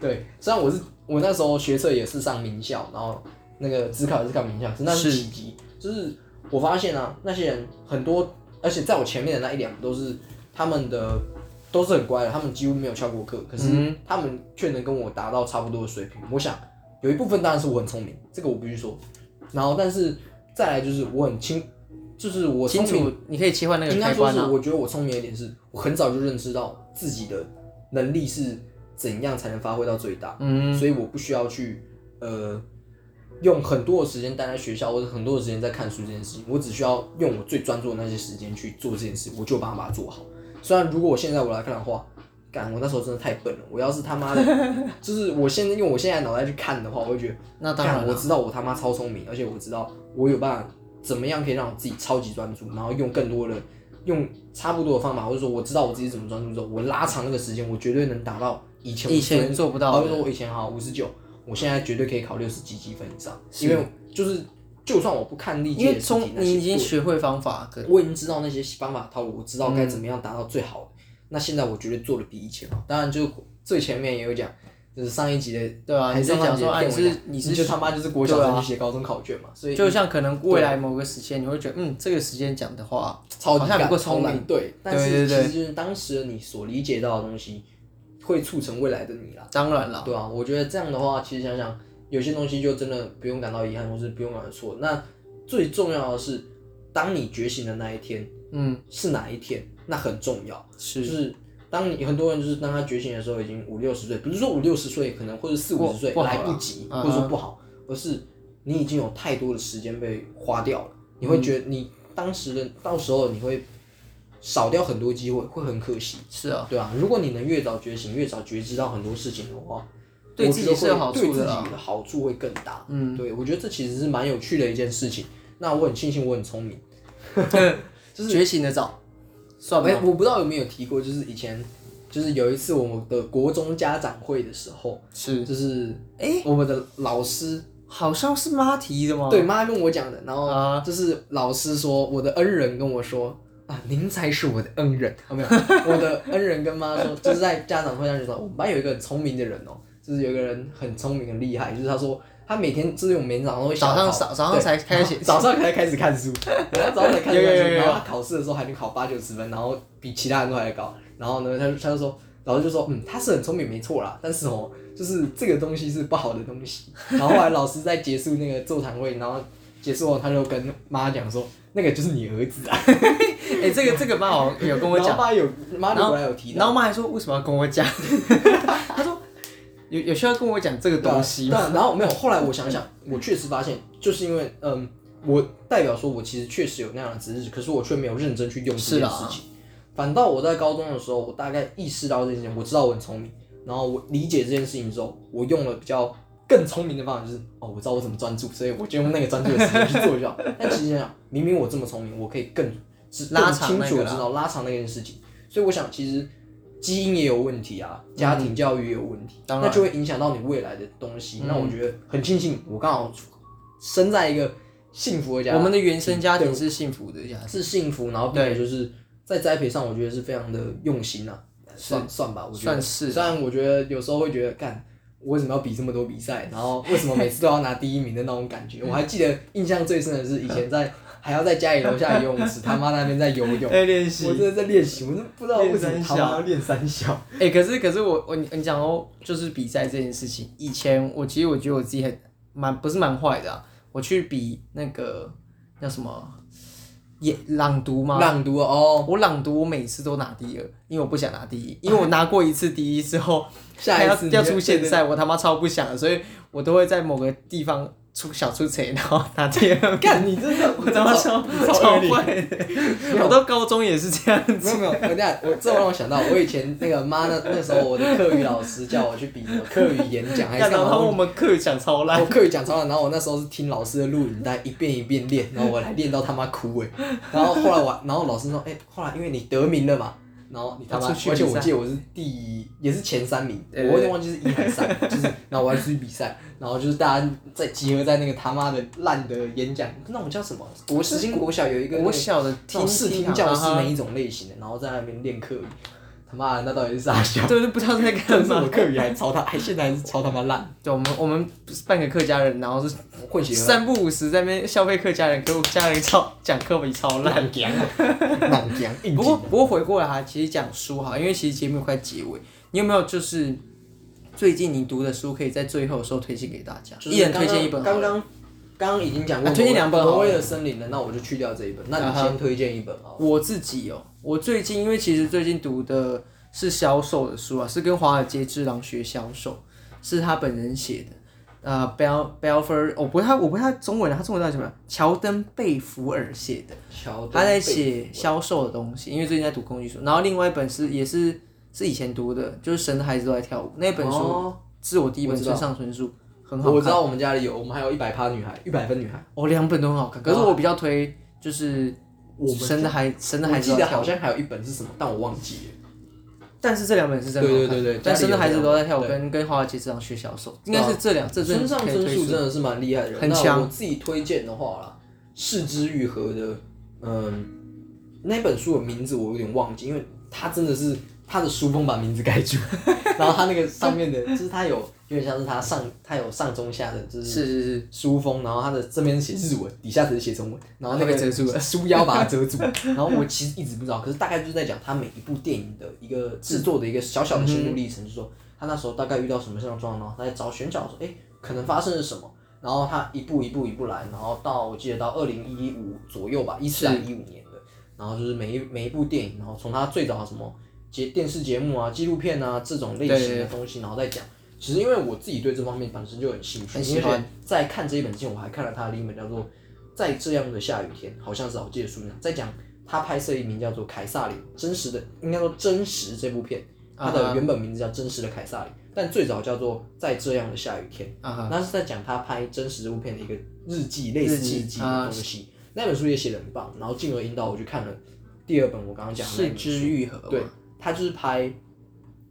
B: 对，虽然我是我那时候学测也是上名校，然后那个职考也是考名校，可是那是
A: 是
B: 奇迹。就是我发现啊，那些人很多，而且在我前面的那一两个都是他们的都是很乖的，他们几乎没有翘过课，可是
A: 嗯
B: 他们却能跟我达到差不多的水平。我想有一部分当然是我很聪明，这个我必须说。然后，但是再来就是我很清，就是我聪
A: 清
B: 明
A: 楚，你可以切换那个
B: 应该
A: 开
B: 说
A: 关
B: 是，
A: 啊。
B: 我觉得我聪明的一点是，我很早就认识到自己的能力是怎样才能发挥到最大，
A: 嗯，
B: 所以我不需要去呃用很多的时间待在学校，或者很多的时间在看书这件事情，我只需要用我最专注的那些时间去做这件事，我就把它把它做好。虽然如果我现在我来看的话，干我那时候真的太笨了，我要是他 妈的，就是我现在用我现在脑袋去看的话，我会觉得
A: 那当然啊
B: 干我知道我他妈超聪明，而且我知道我有办法怎么样可以让我自己超级专注，然后用更多的用差不多的方法，或者说我知道我自己怎么专注之后，我拉长那个时间，我绝对能达到以前我
A: 以前哦做不到
B: 比
A: 的
B: 如说我以前好五十九，我现在绝对可以考六十几积分以上，因为就是就算我不看历
A: 因
B: 届
A: 为
B: 的成绩
A: 从
B: 那些
A: 你已经学会方法，可
B: 我已经知道那些方法套路，我知道该怎么样达到最好的。
A: 嗯
B: 那现在我觉得做的比以前好，当然就是最前面也有讲，就是上一集的
A: 对啊
B: 还是
A: 你在讲
B: 上一集的
A: 说啊你
B: 电文
A: 是
B: 讲
A: 你
B: 你
A: 是
B: 就他妈就是国小
A: 对啊
B: 生去写高中考卷嘛，所以
A: 就像可能未来某个时间，你会觉得嗯，这个时间讲的话，
B: 超
A: 好
B: 级
A: 像
B: 干
A: 不够
B: 超
A: 聪
B: 难
A: 明
B: 对，但
A: 对
B: 是其
A: 对
B: 实就是当时的你所理解到的东西，会促成未来的你啦。
A: 当然了，
B: 对啊，我觉得这样的话，其实想想有些东西就真的不用感到遗憾，或是不用感到错。那最重要的是，当你觉醒的那一天
A: 嗯，
B: 是哪一天，那很重要。就是是当你很多人就是当他觉醒的时候，已经五六十岁，不是说五六十岁可能或者四
A: 不
B: 五十岁
A: 不好
B: 来
A: 了
B: 不及，
A: 嗯
B: 或者说不好，而是你已经有太多的时间被花掉了，你
A: 嗯
B: 会觉得你当时的到时候你会少掉很多机会，会很可惜。
A: 是啊，
B: 对啊，如果你能越早觉醒，越早觉知到很多事情的话，
A: 对
B: 我
A: 自
B: 觉
A: 己
B: 得
A: 是有
B: 会
A: 好
B: 对
A: 处
B: 自
A: 的
B: 己
A: 啦
B: 的好处会更大。
A: 嗯，
B: 对，我觉得这其实是蛮有趣的一件事情。那我很庆幸我很聪明，
A: 就是觉醒的早，算
B: 没
A: 吧，
B: 哎我不知道有没有提过，就是以前就是有一次我们的国中家长会的时候，
A: 是，
B: 就是
A: 哎，
B: 我们的老师
A: 好像是妈提的吗？
B: 对妈跟我讲的，然
A: 啊
B: 后就是老师说我的恩人跟我说。啊，您才是我的恩人，哦有 没有？我的恩人跟妈说，就是在家长会上就说，我们班有一个很聪明的人哦，就是有一个人很聪明很厉害，就是他说他每天就是我们每天早上都会想
A: 早上
B: 好
A: 早早上
B: 对
A: 才开始
B: 然后 早上才开始看书，然后早上才开始
A: 有
B: 看
A: 有有
B: 书，
A: 有
B: 然后他考试的时候还能考八九十分，然后比其他人都还高。然后 呢，他就他就说，老师就说，嗯，他是很聪明没错啦，但是哦，就是这个东西是不好的东西。 然后后来老师在结束那个座谈会，然后结束后他就跟妈讲说，那个就是你儿子啊。
A: 哎，这个这个妈好像有跟我
B: 然
A: 讲
B: 后，妈有妈
A: 然
B: 就
A: 后
B: 回来有提
A: 然
B: 到
A: 后妈还说为什么要跟我讲？她说有有需要跟我讲这个
B: 对啊
A: 东西
B: 对
A: 吗？
B: 啊然后没有，后来我想想，我确实发现，就是因为嗯，我代表说我其实确实有那样的资质，可是我却没有认真去用这
A: 是
B: 件
A: 啦
B: 事情。反倒我在高中的时候，我大概意识到这件事情，我知道我很聪明，然后我理解这件事情之后，我用了比较更聪明的方法，就是哦，我知道我怎么专注，所以我就用那个专注的时间去做就好。但其实想想，明明我这么聪明，我可以更知
A: 拉
B: 更
A: 长
B: 清
A: 那
B: 楚
A: 个
B: 地
A: 啦
B: 知道拉长那件事情。所以我想，其实基因也有问题啊，家庭教育也有问题，
A: 嗯当然嗯
B: 那就会影响到你未来的东西。那我觉得很庆幸，我刚好生在一个幸福的家庭
A: 我们的原生家庭是幸福的家庭，
B: 是幸福，然后并且就是在栽培上，我觉得是非常的用心啊，算算吧，我觉得
A: 算是
B: 虽然我觉得有时候会觉得干，我为什么要比这么多比赛，然后为什么每次都要拿第一名的那种感觉。我还记得印象最深的是以前在还要在家里楼下游泳池，他妈那边在游泳，
C: 在练
B: 我真
C: 习，
B: 的在练习，我都不知道为
C: 练
B: 什么
C: 三
B: 他妈
C: 小，练三小，
A: 哎、可是可是我我你你讲哦，就是比赛这件事情，以前我其实我觉得我自己很蛮不是蛮坏的、啊，我去比那个叫什么也朗读吗？
B: 朗读哦，
A: 我朗读我每次都拿第二，因为我不想拿第一，因为我拿过一次第一之 后，
B: 下一
A: 还
B: 次
A: 要要
B: 你就
A: 出现
B: 对对
A: 赛，我他妈超不想的，所以我都会在某个地方出小出彩，然后拿第二名。
B: 干你真的，
A: 我他妈
B: 操！
A: 超
C: 超
A: 超
C: 恶劣
A: 坏 的，我到高中也是这样
B: 没
A: 子
B: 有。没有，我那我这让我想到，我以前那个妈那那时候我的课语老师叫我去比什么课语演讲还是
A: 干
B: 干
A: 到他
B: 嘛
A: 们我，们课语讲超烂
B: 我，课语讲超烂，然后我那时候是听老师的录影带一遍一遍练，然后我来练到他妈哭哎、然后后来我，然后老师说，哎、后来因为你得名了嘛，然后你他妈，
A: 出去
B: 而且
A: 比
B: 我
A: 赛
B: 记得我是第也是前三名，
A: 对
B: 我有点忘记是一还是三，就是然后我还出去比赛，然后就是大家在集合在那个他妈的烂的演讲，那种叫什么？国实心国小有一个那个
A: 我小的
B: 那种
A: 听
B: 视听教室那
A: 没，
B: 一种类型的，然后在那边练课语，他妈的那到底是啥 笑？
A: 对，就不知道在
B: 这
A: 干
B: 是我
A: 嘛。
B: 课语还超他，还现在还是超他妈烂，
A: 对，我们我们半个客家人，然后是
B: 混血儿，
A: 三不五时在那边消费客家人，可我家人超讲课本超烂。
B: 烂强，烂强，硬
A: 不过不过回过来哈，其实讲书哈，因为其实节目快结尾，你有没有就是最近你读的书，可以在最后的时候推荐给大家，
B: 就是
A: 一人
B: 刚
A: 推
B: 刚
A: 荐一本好
B: 刚
A: 了。
B: 刚刚刚已经讲过
A: 啊
B: 挪威，
A: 推荐两本好了
B: 挪威的森林了，那我就去掉这一本。那
A: 啊
B: 你
A: 哈
B: 先推荐一本好了。
A: 我自己哦，我最近因为其实最近读的是销售的书啊，是跟华尔街之狼学销售，是他本人写的。呃，Bel Belfer，我不太我不太中文啊，他中文叫什么？乔登贝福尔写的。
B: 乔丹
A: 他在
B: 贝
A: 写销售的东西，因为最近在读工具书。然后另外一本是也是是以前读的，就是《神的孩子都在跳舞》那本书，
B: 哦
A: 是我第一本
B: 我知道
A: 村上春树，很好
B: 我知
A: 看。
B: 道我们家里有，我们还有一百趴女孩，一百分女孩。
A: 我两本都很好看，可是我比较推就是
B: 我们
A: 神的孩神的
B: 我
A: 孩子
B: 记
A: 都在
B: 得
A: 跳
B: 好
A: 舞，
B: 像还有一本是什么，但我忘记了。
A: 但是这两本是真的好看。
B: 对对对对
A: 但
B: 家里
A: 神的
B: 有
A: 孩
B: 这
A: 子
B: 样
A: 都在跳舞
B: 对
A: 跟跟华尔街之狼学销售，应
B: 对啊
A: 该是这两这阵
B: 村上
A: 可以
B: 春
A: 推
B: 树
A: 出
B: 真的是蛮厉害的人，
A: 很
B: 那
A: 强
B: 我自己推荐的话啦，四肢愈合的，嗯，那本书的名字我有点忘记，因为它真的是它的书封把名字盖住， 然后它那个上面的，就是它有有点像是它上它有上中下的，就是
A: 是是是，
B: 书封，然后它的这边写日文，底下只是写中文，然后那
A: 会
B: 个
A: 被遮住了
B: 书腰把它遮 住。然后我其实一直不知道，可是大概就是在讲他每一部电影的一个制作的一个小小的心路历程，就是说他那时候大概遇到什么样的状况，然后他在找选角的时候，哎，可能发生了什么。然后他一步一步一步来，然后到我记得到二零一五左右吧，一四还一五年的，然后就是每一每一部电影，然后从他最早的什么节电视节目啊、纪录片啊这种类型的东西，然后再讲。其实因为我自己对这方面本身就很兴趣，
A: 很喜欢
B: 因为在看这一本之前，我还看了他的另一本叫做《在这样的下雨天》，好像是我记得书名，在讲他拍摄一名叫做《凯撒琳》真实的，应该说真实这部片，它
A: 啊哈
B: 的原本名字叫《真实的凯撒琳》，但最早叫做《在这样的下雨天》。
A: 啊哈，
B: 那是在讲他拍真实这部片的一个日记，类似
A: 日记
B: 日记的东西。
A: 啊
B: 那本书也写的很棒，然后进而引导我去看了第二本我刚刚讲的那
A: 四
B: 本
A: 肢
B: 书。
A: 愈合嘛，
B: 对，他就是拍《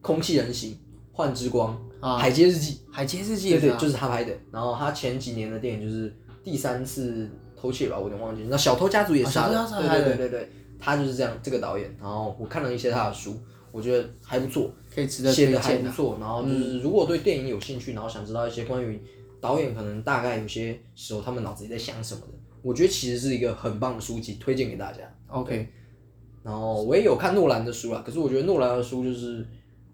B: 空气人形》《幻之光》
A: 啊
B: 海街日记》
A: 海街日记
B: 对
A: 也是
B: 对，
A: 啊
B: 就是他拍的。然后他前几年的电影就是第三次偷窃吧，我有点忘记。那小偷家族也是他的，
A: 啊小偷家族也
B: 对
A: 是
B: 对对对对，他就是这样这个导演。然后我看了一些他的书，我觉得还不错。
A: 可以值得
B: 写
A: 推
B: 的还
A: 荐啊嗯
B: 不
A: 的。
B: 错。然后就是如果对电影有兴趣，然后想知道一些关于导演可能大概有些时候他们脑子里在想什么的，我觉得其实是一个很棒的书籍，推荐给大家。
A: OK，
B: 然后我也有看诺兰的书啦，可是我觉得诺兰的书就是，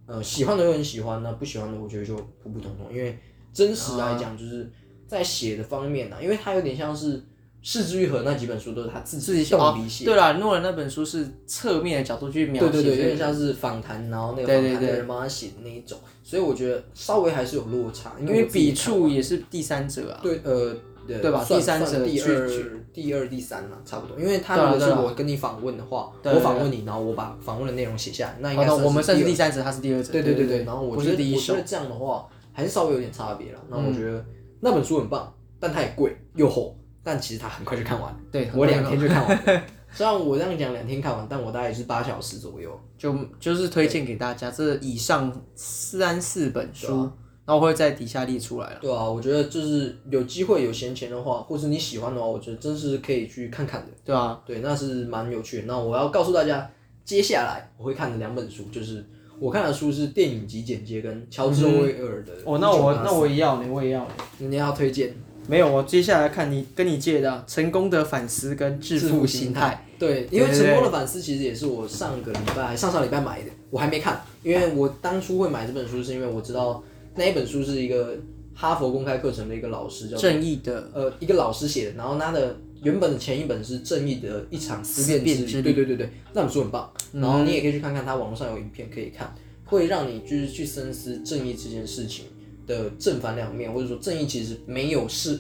B: 呃，喜欢的我很喜欢，那不喜欢的我觉得就普普通通，因为真实来讲就是在写的方面呢、啊因为他有点像是《四肢愈合》那几本书都是他自
A: 自己
B: 己
A: 写
B: 动
A: 哦
B: 笔写，
A: 对啦，诺兰那本书是侧面的角度去描
B: 对
A: 写，
B: 对对，有
A: 这个
B: 点像是访谈，然后那个
A: 对
B: 访
A: 对
B: 谈的人帮他写的那一种，所以我觉得稍微还是有落差，
A: 因
B: 因
A: 为
B: 我自己
A: 笔触也是第三者啊。
B: 对呃呃
A: 对吧
B: 算
A: 第三者
B: 算第
A: 去
B: 二第二第三了，差不多，因为他
A: 对啊
B: 如果是
A: 对啊
B: 我跟你访问的话，
A: 对
B: 我
A: 对
B: 访问你，然后我把访问的内容写下来，哦那应
A: 好
B: 该
A: 的，我们算是
B: 第
A: 第三者，他是第二
B: 二
A: 者。
B: 对
A: 对
B: 对对，然后我
A: 不
B: 觉
A: 是
B: 得
A: 第一
B: 我觉
A: 手
B: 得。这样的话还是稍微有点差别了。那我觉得那本书很棒，但它也贵又厚，但其实它很快就看完了，
A: 对，
B: 我两天就看完 了。虽然我这样讲两天看完，但我大概也是八小时左右。
A: 就就是推荐给大家这以上三四本书，
B: 对啊
A: 然后我会在底下列出来了。
B: 对啊，我觉得就是有机会有闲钱的话，或是你喜欢的话，我觉得真是可以去看看的。
A: 对啊，
B: 对，那是蛮有趣的。那我要告诉大家，接下来我会看的两本书，就是我看的书是电影级简介跟乔治·欧威尔的。
A: 哦，那我那我也要你，我也要。
B: 你要推荐
A: 没有，我接下来看你跟你借的啊《成功的反思跟致富心态》。
B: 态。对，因为《成功的反思》其实也是我上个礼拜、还上上礼拜买的，我还没看。因为我当初会买这本书，是因为我知道那一本书是一个哈佛公开课程的一个老师叫
A: 正义的
B: 呃一个老师写的，然后他的原本的前一本是《正义的一场思
A: 思
B: 辨
A: 辨
B: 之旅》，对对对对，那本书很棒。然后你也可以去看看，它网络上有影片可以看，会让你就是去深思正义这件事情的正反两面，或者说正义其实没有是，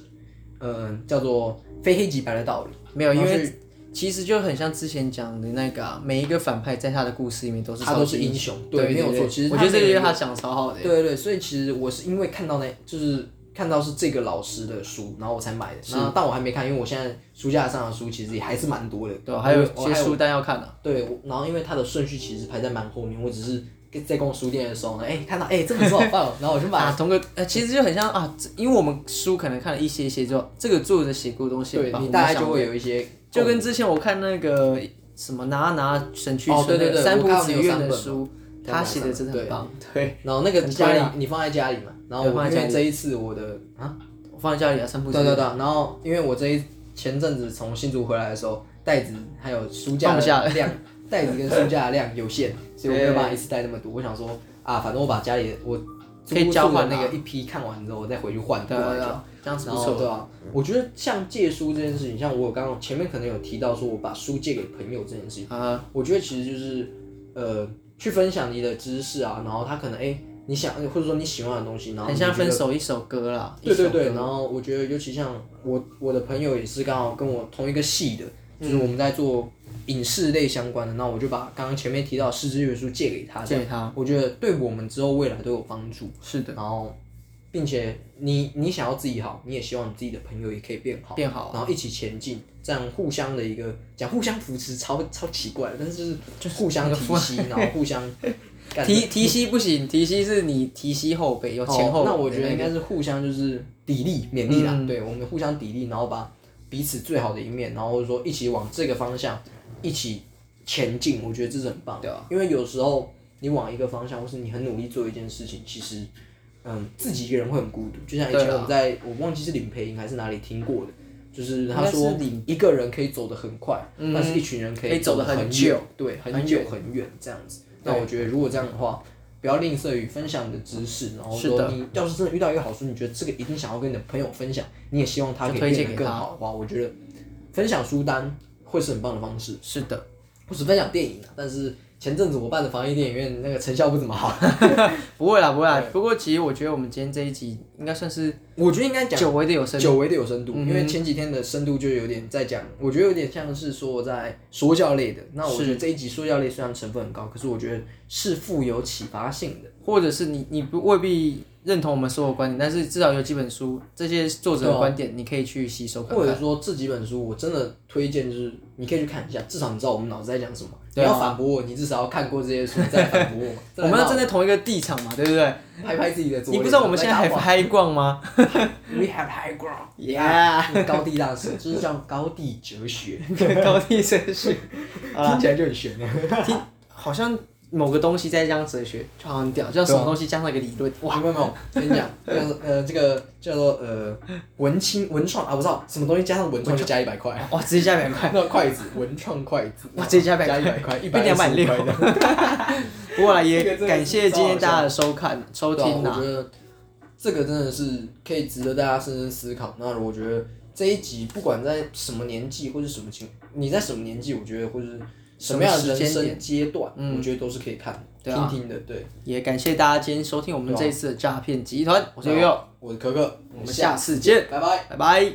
B: 呃，叫做非黑即白的道理。
A: 没有，因
B: 然后
A: 为其实就很像之前讲的那个、啊，每一个反派在他的故事里面都是
B: 他
A: 超
B: 都
A: 级
B: 是英雄，
A: 对，
B: 对，没有
A: 对
B: 错。其实
A: 我
B: 他
A: 觉得这
B: 每
A: 个
B: 一
A: 月他讲超好的，
B: 对对对，所以其实我是因为看到那，就是看到是这个老师的书，然后我才买的。那但我还没看，因为我现在书架上的书其实也还是蛮多的。
A: 对啊吧？还有
B: 我
A: 一些书单要看啊，
B: 对，我然后因为它的顺序其实排在蛮后面，我只是跟在逛书店的时候呢，哎、看到哎、这本书好棒哦，然后我就买。
A: 啊，同个呃，其实就很像啊，这因为我们书可能看了一些一些之后，这个作者写过的东西
B: 对
A: 吧，
B: 你
A: 我
B: 大
A: 们
B: 概
A: 想
B: 就会有一些
A: 就跟之前我看那个什么拿拿神去
B: 哦
A: 村
B: 对对
A: 那个
B: 对
A: 三
B: 我
A: 浦
B: 看到
A: 子
B: 你有
A: 苑
B: 三
A: 的
B: 本嘛
A: 书，
B: 对
A: 他
B: 我
A: 写
B: 看
A: 的
B: 到
A: 真的
B: 对
A: 很棒，对，
B: 然后那个
A: 很
B: 家
A: 贵
B: 里
A: 啊
B: 你放在家里嘛，然后
A: 对
B: 我
A: 放在
B: 因
A: 家
B: 为这一次我的啊，
A: 我放在家里啊，三浦
B: 对
A: 子苑
B: 对对，然后因为我这一前阵子从新竹回来的时候，袋子还有书架
A: 放不下
B: 的量，袋子跟书架的量 有限，所以我没有办法一次带那么多。我想说啊，反正我把家里的我
A: 可以
B: 租
A: 交
B: 住的
A: 换啊
B: 那个一批看完之后，我再回去换
A: 对
B: 过来
A: 对
B: 就
A: 对
B: 好。，
A: 这样子不
B: 然后
A: 错，
B: 对啊，我觉得像借书这件事情，像我有刚刚前面可能有提到说，我把书借给朋友这件事情，
A: 啊，
B: 我觉得其实就是呃，去分享你的知识啊，然后他可能哎、你想或者说你喜欢的东西，然后
A: 很
B: 你
A: 像
B: 觉
A: 分
B: 得
A: 手一首歌啦，
B: 对对
A: 一首
B: 对，
A: 歌
B: 然后我觉得尤其像我我的朋友也是刚好跟我同一个系的，就是我们在做影视类相关的，那我就把刚刚前面提到的失之乐书借给他，
A: 借给他，
B: 我觉得对我们之后未来都有帮助。
A: 是的，
B: 然后，并且你你想要自己好，你也希望你自己的朋友也可以变好，
A: 变好啊
B: 然后一起前进，这样互相的一个讲互相扶持超，超奇怪的，但是就是就是互相提携， 然后互相干
A: 提提膝不行，提膝是你提膝后背，有前后、
B: 哦那我觉得应
A: 该
B: 该是互相就是砥砺勉励啦，
A: 嗯
B: 对，我们互相砥砺，然后把彼此最好的一面，然后或者说一起往这个方向一起前进，我觉得这是很棒，
A: 对
B: 啊，因为有时候你往一个方向，或是你很努力做一件事情，其实。嗯，自己一个人会很孤独，就像以前
A: 对啊
B: 我们在、我忘记是领培营还是哪里听过的，就是他
A: 应
B: 说
A: 该是领
B: 一个人可以走得很快，
A: 嗯
B: 但是一群人可
A: 可以
B: 以
A: 走得
B: 得
A: 很
B: 很
A: 久
B: 远对，很
A: 很
B: 久很远这样子。那我觉得如果这样的话，不要吝啬于分享你的知识，然后
A: 是
B: 说你要是真的遇到一个好书，你觉得这个一定想要跟你的朋友分享，你也希望他可
A: 就
B: 以
A: 推荐
B: 变得
A: 给
B: 更
A: 他
B: 好的话，我觉得分享书单会是很棒的方式。
A: 是 的，
B: 不是分享电影啊，但是前阵子我办的防疫电影院那个成效不怎么好，
A: 不会啦，不会啦。不过其实我觉得我们今天这一集应该算是
B: 我觉得应该讲。
A: 久违的有声，
B: 久违的有深度，嗯因为前几天的深度就有点在讲，我觉得有点像是说在说教类的。那我觉得这一集说教类虽然成分很高，可是我觉得是富有启发性的。
A: 或者是你你不未必认同我们所有观点，但是至少有几本书这些作者的观点，你可以去吸收看
B: 或者说这几本书，我真的推荐，就是你可以去看一下，至少你知道我们脑子在讲什么。
A: 对啊
B: 你要反驳我，你至少要看过这些书再反驳我嘛。
A: 我们要
B: 要
A: 站在同一个地场嘛，对不对？
B: 拍拍自己的左
A: 你
B: 脸。
A: 不知道我们现在还
B: 来打我
A: 嗨逛吗？
B: We have high ground,
A: Yeah
B: 高地大师， 就是叫高地哲学，
A: 高地 哲学，好啦
B: 听起来就很悬啊。
A: 好像某个东西再加上哲学，就好像很屌，就像什么东西加上一个理论，
B: 啊哇，没有没有，跟你讲， 叫做呃这个叫做呃文青文创啊，不知道什么东西加上文创就加一 百块，
A: 哇，直接加两块。
B: 那筷子文创筷子，
A: 哇直接加100块
B: 加一百块，一
A: 变
B: 百
A: 260
B: 块的。
A: 不过啦，
B: 这
A: 也
B: 个真的是
A: 感谢今天大家的收看、收听
B: 对啊
A: 啦
B: 我。觉得这个真的是可以值得大家深深思考。那我觉得这一集不管在什么年纪或是什么情，你在什么年纪，我觉得或是什么样的
A: 什么时间
B: 人
A: 点
B: 生阶段，
A: 嗯
B: 我觉得都是可以看的、
A: 对啊
B: 听听的。对，
A: 也感谢大家今天收
B: 啊
A: 听我们这一次的诈骗集团，我是悠悠，
B: 我是可可，
A: 我们下次见，
B: 拜拜。
A: 拜拜。